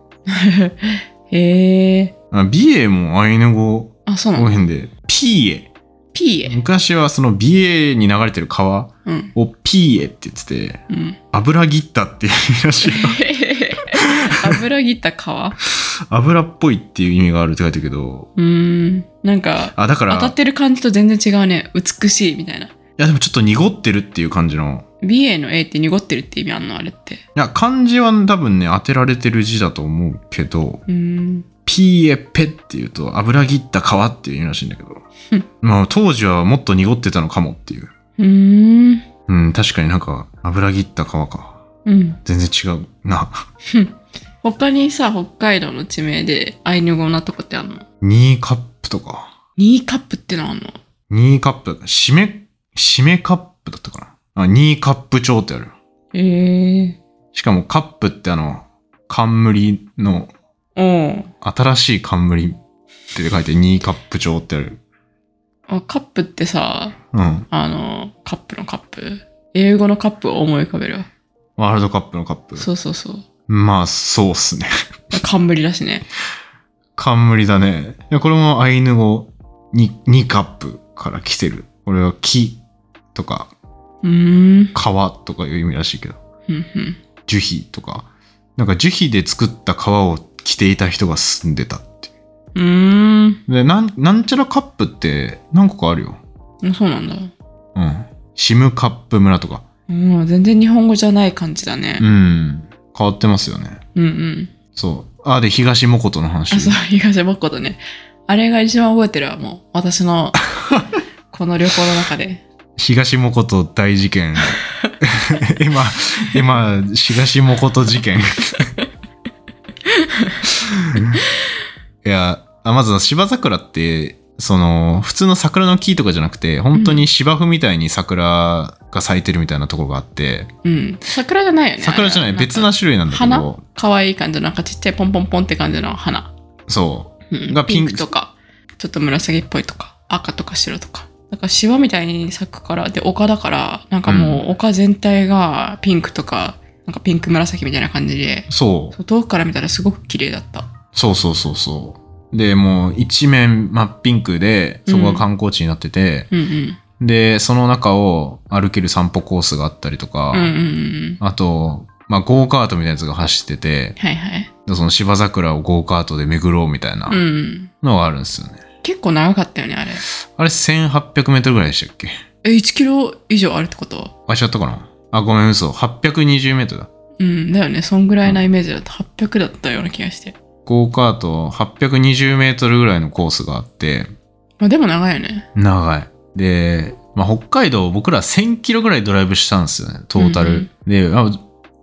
Speaker 2: へえ。
Speaker 1: あ美瑛もアイヌ語
Speaker 2: あ、そうな
Speaker 1: 語
Speaker 2: の
Speaker 1: 源で、ピーエ。
Speaker 2: ピーエ。
Speaker 1: 昔はその美瑛に流れてる川
Speaker 2: うん。
Speaker 1: をピーエって言ってて、
Speaker 2: うん。
Speaker 1: 油切ったっていう意味らしいよ。
Speaker 2: 油切った皮
Speaker 1: 油っぽいっていう意味があるって書いてるけど、
Speaker 2: うーん。なんか、
Speaker 1: あ、だか
Speaker 2: 当
Speaker 1: ら、
Speaker 2: たってる感じと全然違うね。美しいみたいな。
Speaker 1: いやでもちょっと濁ってるっていう感じの。
Speaker 2: 美瑛の A って濁ってるって意味あんのあれって。
Speaker 1: いや、漢字は多分ね、当てられてる字だと思うけど、
Speaker 2: うーん。
Speaker 1: ピーエペっていうと、油切った皮っていう意味らしいんだけど
Speaker 2: うん。
Speaker 1: まあ、当時はもっと濁ってたのかもっていう。
Speaker 2: うーん。
Speaker 1: うん、確かになんか、油切った皮か。
Speaker 2: うん。
Speaker 1: 全然違うな。
Speaker 2: 他にさ、北海道の地名でアイヌ語なとこってあんの
Speaker 1: ニーカップとか。
Speaker 2: ニーカップってのあんの
Speaker 1: ニーカップ、締め、締めカップだったかな。あ、ニーカップ町ってあるよ。
Speaker 2: へえ。
Speaker 1: しかもカップってあの、冠の
Speaker 2: おう
Speaker 1: 新しい冠って書いて2カップ帳ってある。
Speaker 2: あカップってさ、
Speaker 1: うん。
Speaker 2: あの、カップのカップ。英語のカップを思い浮かべるわ。
Speaker 1: ワールドカップのカップ。
Speaker 2: そうそうそう。
Speaker 1: まあ、そうっすね。
Speaker 2: 冠だしね。
Speaker 1: 冠だね。いやこれもアイヌ語に2カップから来てる。これは木とか
Speaker 2: うーん。
Speaker 1: 川とかいう意味らしいけど。
Speaker 2: ふんふん
Speaker 1: 樹皮とか。なんか樹皮で作った川を着ていた人が住んでたっていう
Speaker 2: ーん
Speaker 1: う。で、なん、なんちゃらカップって何個かあるよ。
Speaker 2: あ。そうなんだ。
Speaker 1: うん。シムカップ村とか。
Speaker 2: うん、全然日本語じゃない感じだね
Speaker 1: う。ん。変わってますよね。
Speaker 2: うん、うん。
Speaker 1: そう。あ、で、東もことの話。
Speaker 2: あ、そう、東ぼっことね。あれが一番覚えてるわ、もう。私 の、この旅行の中で。
Speaker 1: 東もこと大事件。 今、今、東もこと事件。いや、あまず、芝桜って、その、普通の桜の木とかじゃなくて、本当に芝生みたいに桜が咲いてるみたいなところがあって、
Speaker 2: うん。桜じゃないよね。
Speaker 1: 桜じゃない、別な
Speaker 2: 種
Speaker 1: 種類なんだけ
Speaker 2: 花
Speaker 1: ど、
Speaker 2: 可愛い感じの、なんかちっちゃいポンポンポンって感じの花。
Speaker 1: そ
Speaker 2: うん、
Speaker 1: がピンク
Speaker 2: とか、ちょっと紫っぽいとか、赤とか白とか。だからシワみたいに咲くから、で、丘だから、なんかもう丘全体がピンクとか、なんかピンク紫みたいな感じで、
Speaker 1: う、そう、
Speaker 2: そう遠くから見たらすごく綺麗だった。
Speaker 1: そうそうそうそう。で、もう一面真っピンクで、そこが観光地になってて、
Speaker 2: うんうん。
Speaker 1: で、その中を歩ける散歩コースがあったりとか、
Speaker 2: うんうんうん。
Speaker 1: あと、まあ、ゴーカートみたいなやつが走ってて、
Speaker 2: はいはい。
Speaker 1: その芝桜をゴーカートで巡ろうみたいな
Speaker 2: うん。
Speaker 1: のがあるんですよね。
Speaker 2: 結構長かったよね、あれ。
Speaker 1: あれ1800メートルぐらいでしたっけ
Speaker 2: え、1キロ以上あるってこと
Speaker 1: あ、違ったかなあ、ごめん、嘘。820メートルだ。
Speaker 2: うん。だよね。そんぐらいなイメージだと800だったような気がして。
Speaker 1: ゴーカート820メートルぐらいのコースがあって、
Speaker 2: まあでも長いよね。
Speaker 1: 長い。で、まあ、北海道僕ら1000キロぐらいドライブしたんですよね、トータル。で、あ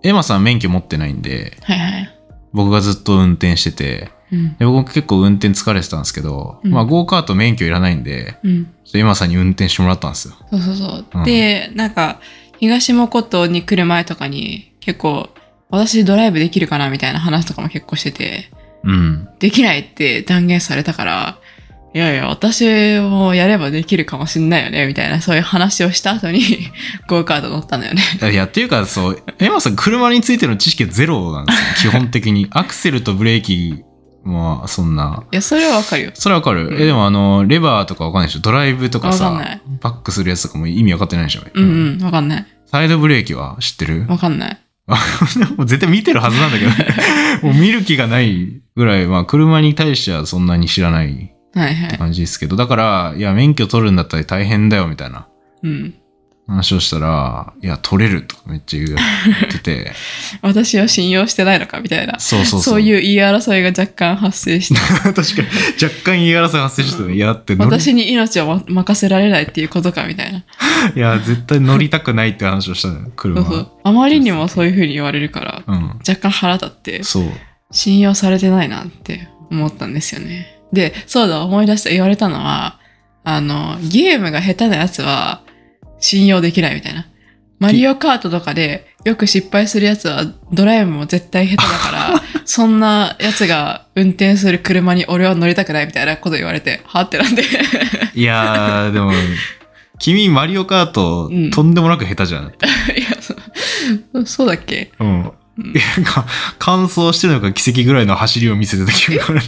Speaker 1: エマさん免許持ってないんで、
Speaker 2: はいはい。
Speaker 1: 僕がずっと運転してて、
Speaker 2: うん。
Speaker 1: で僕結構運転疲れてたんですけど、
Speaker 2: うん
Speaker 1: まあゴーカート免許いらないんで、
Speaker 2: うん。
Speaker 1: ちょっと今さんに運転してもらったんですよ。
Speaker 2: そうそうそう。
Speaker 1: うん
Speaker 2: で、なんか、東もことに来る前とかに、結構、私ドライブできるかなみたいな話とかも結構してて、
Speaker 1: うん。
Speaker 2: できないって断言されたから、いやいや、私もやればできるかもしんないよね、みたいな、そういう話をした後に、 ゴーカート乗ったんだよね。
Speaker 1: いや、っていうか、 そう、エマさん車についての知識ゼロなんですよ、基本的に。アクセルとブレーキまあ、そんな。
Speaker 2: いや、それはわかるよ。
Speaker 1: それわかる、
Speaker 2: うん
Speaker 1: え、でもあの、レバーとかわかんないでしょドライブとか
Speaker 2: わかん
Speaker 1: さ
Speaker 2: ない、
Speaker 1: バックするやつとかも意味わかってないでしょ、
Speaker 2: うんうん、わかんない。
Speaker 1: サイドブレーキは知ってる
Speaker 2: わかんない。
Speaker 1: もう絶対見てるはずなんだけどね。もう見る気がないぐらい、まあ車に対してはそんなに知らない
Speaker 2: はいはい。
Speaker 1: 感じですけど、だから、いや、免許取るんだったら大変だよみたいな
Speaker 2: うん。
Speaker 1: 話をしたら、いや、取れるとかめっちゃ言う言ってて、
Speaker 2: 私を信用してないのかみたいな。
Speaker 1: そうそうそう。。
Speaker 2: そういうう言い争いが若干発生して、
Speaker 1: 確かに、若干言い争い発生してたね。いや、だって乗り、
Speaker 2: 私に命をま任せられないっていうことかみたいな。
Speaker 1: いや、絶対乗りたくないって話をした のよ、
Speaker 2: そ
Speaker 1: 車。
Speaker 2: うそう。あまりにもそういうふうに言われるから、
Speaker 1: うん。
Speaker 2: 若干腹立って、
Speaker 1: そう。
Speaker 2: 信用されてないなって思ったんですよね。で、そうだ、思い出した、言われたのは、あの、ゲームが下手なやつは信用できないみたいな。マリオカートとかでよく失敗するやつはドライブも絶対下手だ から、そんなやつが運転する車に俺は乗りたくないみたいなこと言われて、はって なんで。
Speaker 1: いやー、 でも、君、マリオカート、
Speaker 2: うん
Speaker 1: とんでもなく下手じゃん。
Speaker 2: いやそ、そうだっけ
Speaker 1: うん。
Speaker 2: うん
Speaker 1: いや、なんか、乾燥してるのか奇跡ぐらいの走りを見せてた記 憶がある。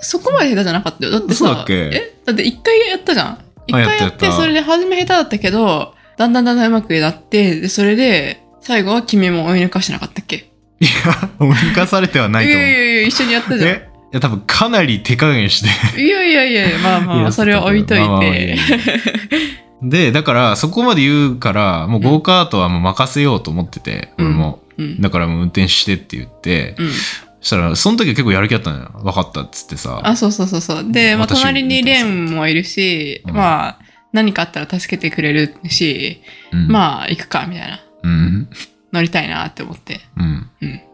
Speaker 2: そこまで下手じゃなかったよ。だって
Speaker 1: 嘘
Speaker 2: さ、
Speaker 1: だっけ
Speaker 2: えだって一回やったじゃん。一回
Speaker 1: やった
Speaker 2: や
Speaker 1: や
Speaker 2: っ
Speaker 1: った
Speaker 2: て、それで初め下手だったけど、だんだんだんだん上手くなって、で、それで、最後は君も追い抜かしてなかったっけ
Speaker 1: いや、追い抜かされてはないいと
Speaker 2: や
Speaker 1: 思。
Speaker 2: いうやいや、一緒に やったじゃん。
Speaker 1: えいや、多分かなり手加減して。
Speaker 2: いやいやいや、まあま
Speaker 1: や
Speaker 2: あ、それは置いとい
Speaker 1: まあまあまあ
Speaker 2: て。
Speaker 1: で、だから、そこまで言うから、もうゴーカートはもう任せようと思ってて、
Speaker 2: うん
Speaker 1: 俺も。
Speaker 2: うん。
Speaker 1: だからもう運転してって言って、
Speaker 2: うん、
Speaker 1: そしたら、その時は結構やる気あったのよ。分かったっつってさ。
Speaker 2: あそうそうそうそうで、まあ、
Speaker 1: 私
Speaker 2: 隣にレンもいるし、
Speaker 1: うん
Speaker 2: まあ何かあったら助けてくれるし、
Speaker 1: うん、あ。
Speaker 2: まあ行くかみたいな
Speaker 1: うん。
Speaker 2: 乗りたいなって思って
Speaker 1: うん。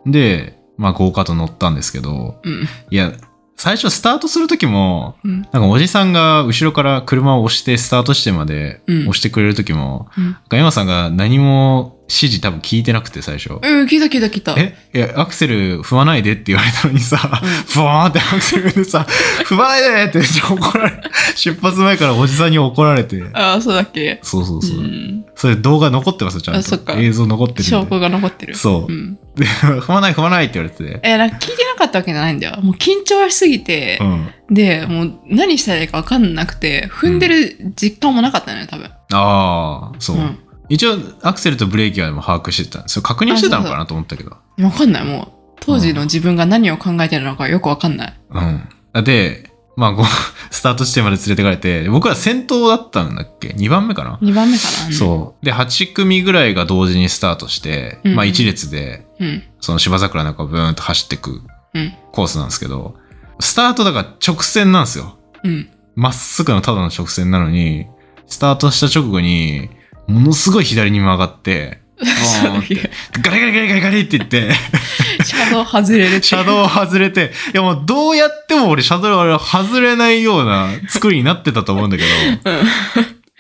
Speaker 2: うん
Speaker 1: で、まあ、ゴーカート乗ったんですけど、
Speaker 2: うん
Speaker 1: いや、最初スタートする時も、
Speaker 2: うん
Speaker 1: なんかおじさんが後ろから車を押してスタートしてまで
Speaker 2: うん
Speaker 1: 押してくれる時も、
Speaker 2: うん
Speaker 1: なんか山さんが何も指示多分聞いてなくて最初。
Speaker 2: うん聞いた聞いた聞いた
Speaker 1: えいや、アクセル踏まないでって言われたのにさ、ブワーンってアクセル踏んで さ、踏まないでってめっちゃ怒られ、出発前からおじさんに怒られて。
Speaker 2: ああそうだっけ
Speaker 1: そうそうそう。
Speaker 2: ん、
Speaker 1: それ動画残ってますよ、ちゃん
Speaker 2: あそっ
Speaker 1: と。
Speaker 2: か
Speaker 1: 映像残ってるんで。
Speaker 2: 証拠が残ってる、
Speaker 1: そうんで踏まない踏まないって言われてて。
Speaker 2: えなんか聞いてなかったわけじゃないんだよもう緊張しすぎて
Speaker 1: う、ん。
Speaker 2: でもう何したらいいか分かんなくて踏んでる実感もなかったのよ多分、
Speaker 1: ああ、そう。
Speaker 2: う
Speaker 1: 一応、アクセルとブレーキはでも把握してた。それ確認してたのかなと思ったけど。
Speaker 2: ん、分かんないもう当時の自分が何を考えてるのかよく分かんない、
Speaker 1: うん。で、まあ、こう、スタート地点まで連れてかれて、僕ら先頭だったんだっけ ?2 番目かな、
Speaker 2: 2番目かな
Speaker 1: そう。で、8組ぐらいが同時にスタートして、
Speaker 2: うん
Speaker 1: まあ、1列で、
Speaker 2: うんうん
Speaker 1: その芝桜なんかブーンと走ってく
Speaker 2: うん
Speaker 1: コースなんですけど、スタートだから直線なんですよ。
Speaker 2: うん
Speaker 1: まっすぐのただの直線なのに、スタートした直後に、ものすごい左に曲がって、ボーンっ
Speaker 2: そうい
Speaker 1: てガリガリガリガリガリって言って、
Speaker 2: 車道外れる って
Speaker 1: シャドウ外れて、いやもうどうやっても俺シャドウは外れないような作りになってたと思うんだけど、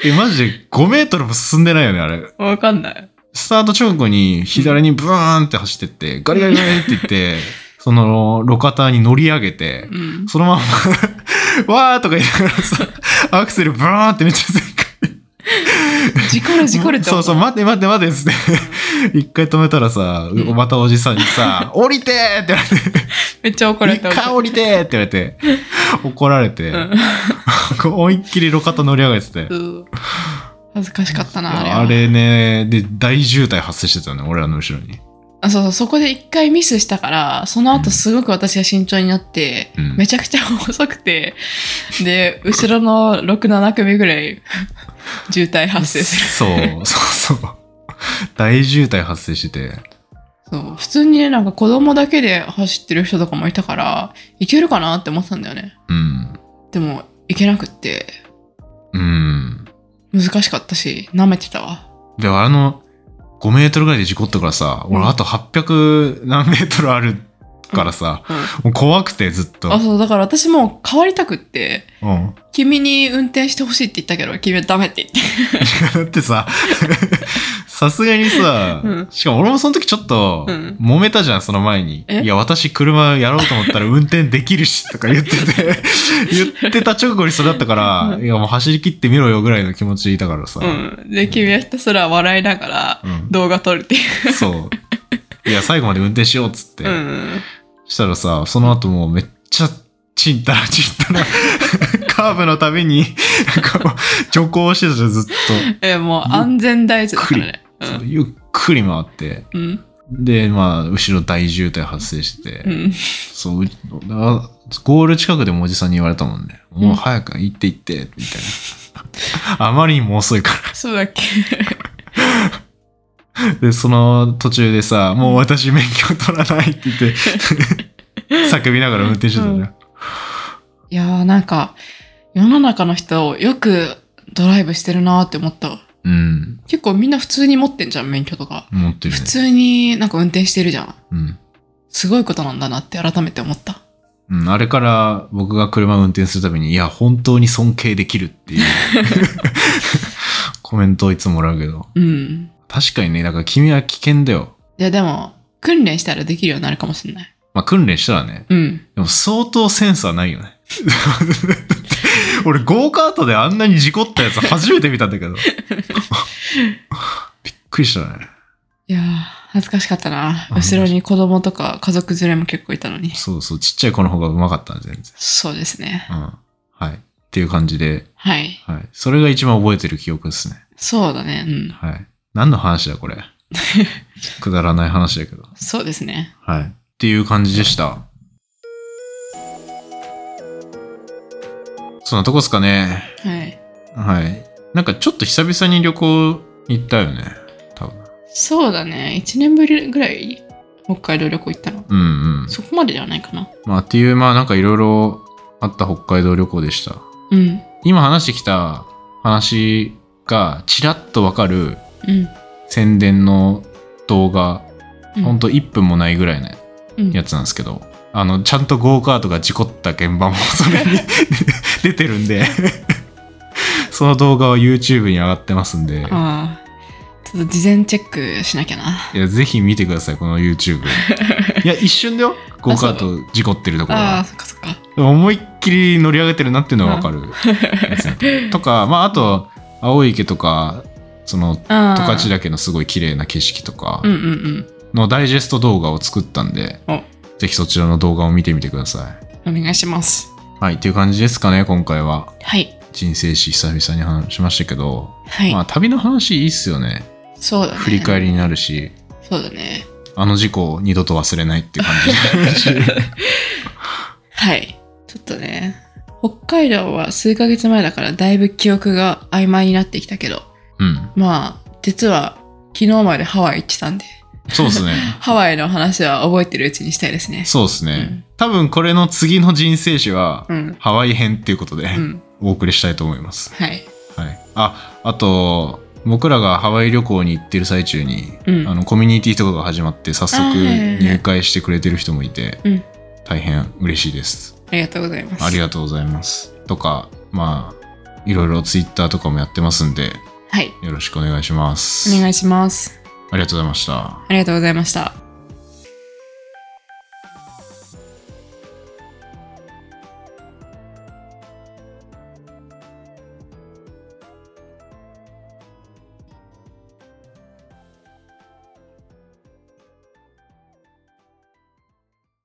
Speaker 1: え、マジで5メートルも進んでないよね、あれ。
Speaker 2: うん分かんない
Speaker 1: スタート直後に左にブーンって走ってって、ガリガリガリって言 って、その路肩に乗り上げて
Speaker 2: う、ん
Speaker 1: そのまま、 わーとか言いながらさ、アクセルブーンってめっちゃ全開
Speaker 2: 事故る事故るって
Speaker 1: そうそう、
Speaker 2: 思
Speaker 1: 待って待って待ってっつ って。一回止めたらさ、
Speaker 2: うん
Speaker 1: またおじさんに さ、降りてーって言われて。
Speaker 2: めっちゃ怒られた
Speaker 1: 一回降りてーって言われて、怒られて、
Speaker 2: うん
Speaker 1: こう思いっきり路肩乗り上げてて。
Speaker 2: そう恥ずかしかったなあれは
Speaker 1: あれね、で、大渋滞発生してたね、俺らの後ろに。
Speaker 2: あそうそうそこで一回ミスしたからその後すごく私が慎重になって、
Speaker 1: うん
Speaker 2: めちゃくちゃ遅くてで後ろの67組ぐらい渋滞発生する
Speaker 1: そう、そうそう。大渋滞発生してて。
Speaker 2: そう普通にねなんか子供だけで走ってる人とかもいたからいけるかなって思ってたんだよね
Speaker 1: うん。
Speaker 2: でもいけなくって
Speaker 1: うん。
Speaker 2: 難しかったし舐めてたわ
Speaker 1: で、あの、5メートルぐらいで事故ったからさ、
Speaker 2: う
Speaker 1: 俺
Speaker 2: ん
Speaker 1: あと800何メートルあるからさ、
Speaker 2: うん
Speaker 1: もう怖くてずっと。
Speaker 2: あそうだから私もう変わりたくって
Speaker 1: うん。
Speaker 2: 君に運転してほしいって言ったけど君はダメって言って
Speaker 1: だってさ、さすがにさ、
Speaker 2: うん
Speaker 1: しかも俺もその時ちょっと
Speaker 2: うん
Speaker 1: 揉めたじゃん、その前に。
Speaker 2: え
Speaker 1: いや、私車やろうと思ったら運転できるし、とか言ってて、 言ってた直後にそれだったから、
Speaker 2: うん
Speaker 1: いや、もう走り切ってみろよぐらいの気持ちだからさ。
Speaker 2: うんで君はひたすら笑いながら
Speaker 1: うん
Speaker 2: 動画撮るっていう
Speaker 1: そう。いや、最後まで運転しようっつって。
Speaker 2: うん
Speaker 1: したらさ、その後もうめっちゃ、ちんたらちんた ら、カーブのたびに、なんかもう、徐行してたじゃん、ずっ
Speaker 2: えもう安全大事だからね。
Speaker 1: と。そうゆっくり回って。
Speaker 2: うん。うん。
Speaker 1: で、まあ、後ろ大渋滞発生して、
Speaker 2: うん。
Speaker 1: そう、うあゴール近くでもおじさんに言われたもんね。もう早く行って行って、みたいな。あまりにも遅いか
Speaker 2: そうだっけ。
Speaker 1: ら。で、その途中でさ、もう私免許取らないって言 って、叫びながら運転してたじゃ
Speaker 2: うん
Speaker 1: ん。
Speaker 2: いやーなんか、世の中の人をよくドライブしてるなーって思ったわ。
Speaker 1: うん。
Speaker 2: 結構みんな普通に持ってんじゃん、免許とか。
Speaker 1: 持ってるね
Speaker 2: 普。通になんか運転してるじゃん。
Speaker 1: うん。
Speaker 2: すごいことなんだなって改めて思った。
Speaker 1: うん、あれから僕が車を運転するたびに、いや、本当に尊敬できるっていうコメントをいつももらうけど。
Speaker 2: うん。
Speaker 1: 確かにね、だから君は危険だよ。
Speaker 2: いやでも、訓練したらできるようになるかもしれない。
Speaker 1: まあ、訓練したらね。
Speaker 2: うん。
Speaker 1: でも相当センスはないよね。 俺、ゴーカートであんなに事故ったやつ初めて見たんだ けど。びっくりしたね。
Speaker 2: いやー、恥ずかしかったな。
Speaker 1: あ
Speaker 2: 後ろに子供とか家族連れも結構いたのに。
Speaker 1: そうそう、ちっちゃい子の方がうまかったね、全然。
Speaker 2: そうですね。
Speaker 1: うん。はい。っていう感じで、
Speaker 2: はい。
Speaker 1: はい。それが一番覚えてる記憶ですね。
Speaker 2: そうだね。うん。
Speaker 1: はい。何の話だ、これ。 くだらない話だけど。
Speaker 2: そうですね。
Speaker 1: はい。っていう感じでした。そんなとこですかね。
Speaker 2: はい。
Speaker 1: はい。なんかちょっと久々に旅行行ったよね。多分。
Speaker 2: そうだね。1年ぶりぐらい北海道旅行行ったの。
Speaker 1: うんうん。
Speaker 2: そこまでではないかな。
Speaker 1: まあっていう、まあなんかいろいろあった北海道旅行でした。
Speaker 2: うん。
Speaker 1: 今話してきた話がちらっとわかる
Speaker 2: うん。
Speaker 1: 宣伝の動画、
Speaker 2: うん
Speaker 1: ほんと1分もないぐらいの
Speaker 2: うん
Speaker 1: やつなんですけど、あの、ちゃんとゴーカートが事故った現場もそれに 出てるんで、 その動画は YouTube に上がってますんで、
Speaker 2: ああ。ちょっと事前チェックしなきゃな。
Speaker 1: いや、ぜひ見てください、この YouTube。いや、一瞬だよ、ゴーカート事故ってるところ
Speaker 2: ああ、
Speaker 1: は。
Speaker 2: そっかそっか。
Speaker 1: 思いっきり乗り上げてるなっていうのはわかるやつ ね。とか、まあ、あと、青い池とか、その、十
Speaker 2: ああ。
Speaker 1: 勝岳のすごい綺麗な景色とか
Speaker 2: うんうんうん。
Speaker 1: のダイジェスト動画を作ったんで、
Speaker 2: お
Speaker 1: ぜひそちらの動画を見てみてください。
Speaker 2: お願いします。
Speaker 1: はい、っていう感じですかね、今回は。
Speaker 2: はい。
Speaker 1: 人生史久々に話しましたけど、
Speaker 2: はい。
Speaker 1: まあ、旅の話いいっすよね。
Speaker 2: そうだね。
Speaker 1: 振り返りになるし、
Speaker 2: そうだね。
Speaker 1: あの事故を二度と忘れないっていう感 じになるし。
Speaker 2: はい。ちょっとね、北海道は数ヶ月前だからだいぶ記憶が曖昧になってきたけど、
Speaker 1: うん。
Speaker 2: まあ、実は昨日までハワイ行ってたんで、
Speaker 1: そうですね。
Speaker 2: ハワイの話は覚えてるうちにしたいですね。
Speaker 1: そうですね、
Speaker 2: うん
Speaker 1: 多分これの次の人生史は、
Speaker 2: うん。
Speaker 1: ハワイ編っていうことで、
Speaker 2: うん。
Speaker 1: お送りしたいと思います。
Speaker 2: はい。
Speaker 1: はい。あ、あと、僕らがハワイ旅行に行ってる最中に、
Speaker 2: うん
Speaker 1: あの、コミュニティとかが始まって、早速
Speaker 2: あはいはいはい
Speaker 1: 入会してくれてる人もいて、
Speaker 2: うん
Speaker 1: 大変嬉しいです。
Speaker 2: ありがとうございます。
Speaker 1: ありがとうございます。とか、まあ、いろいろツイッターとかもやってますんで、
Speaker 2: はい。
Speaker 1: よろしくお願いします。
Speaker 2: お願いします。
Speaker 1: ありがとうございました。
Speaker 2: ありがとうございました。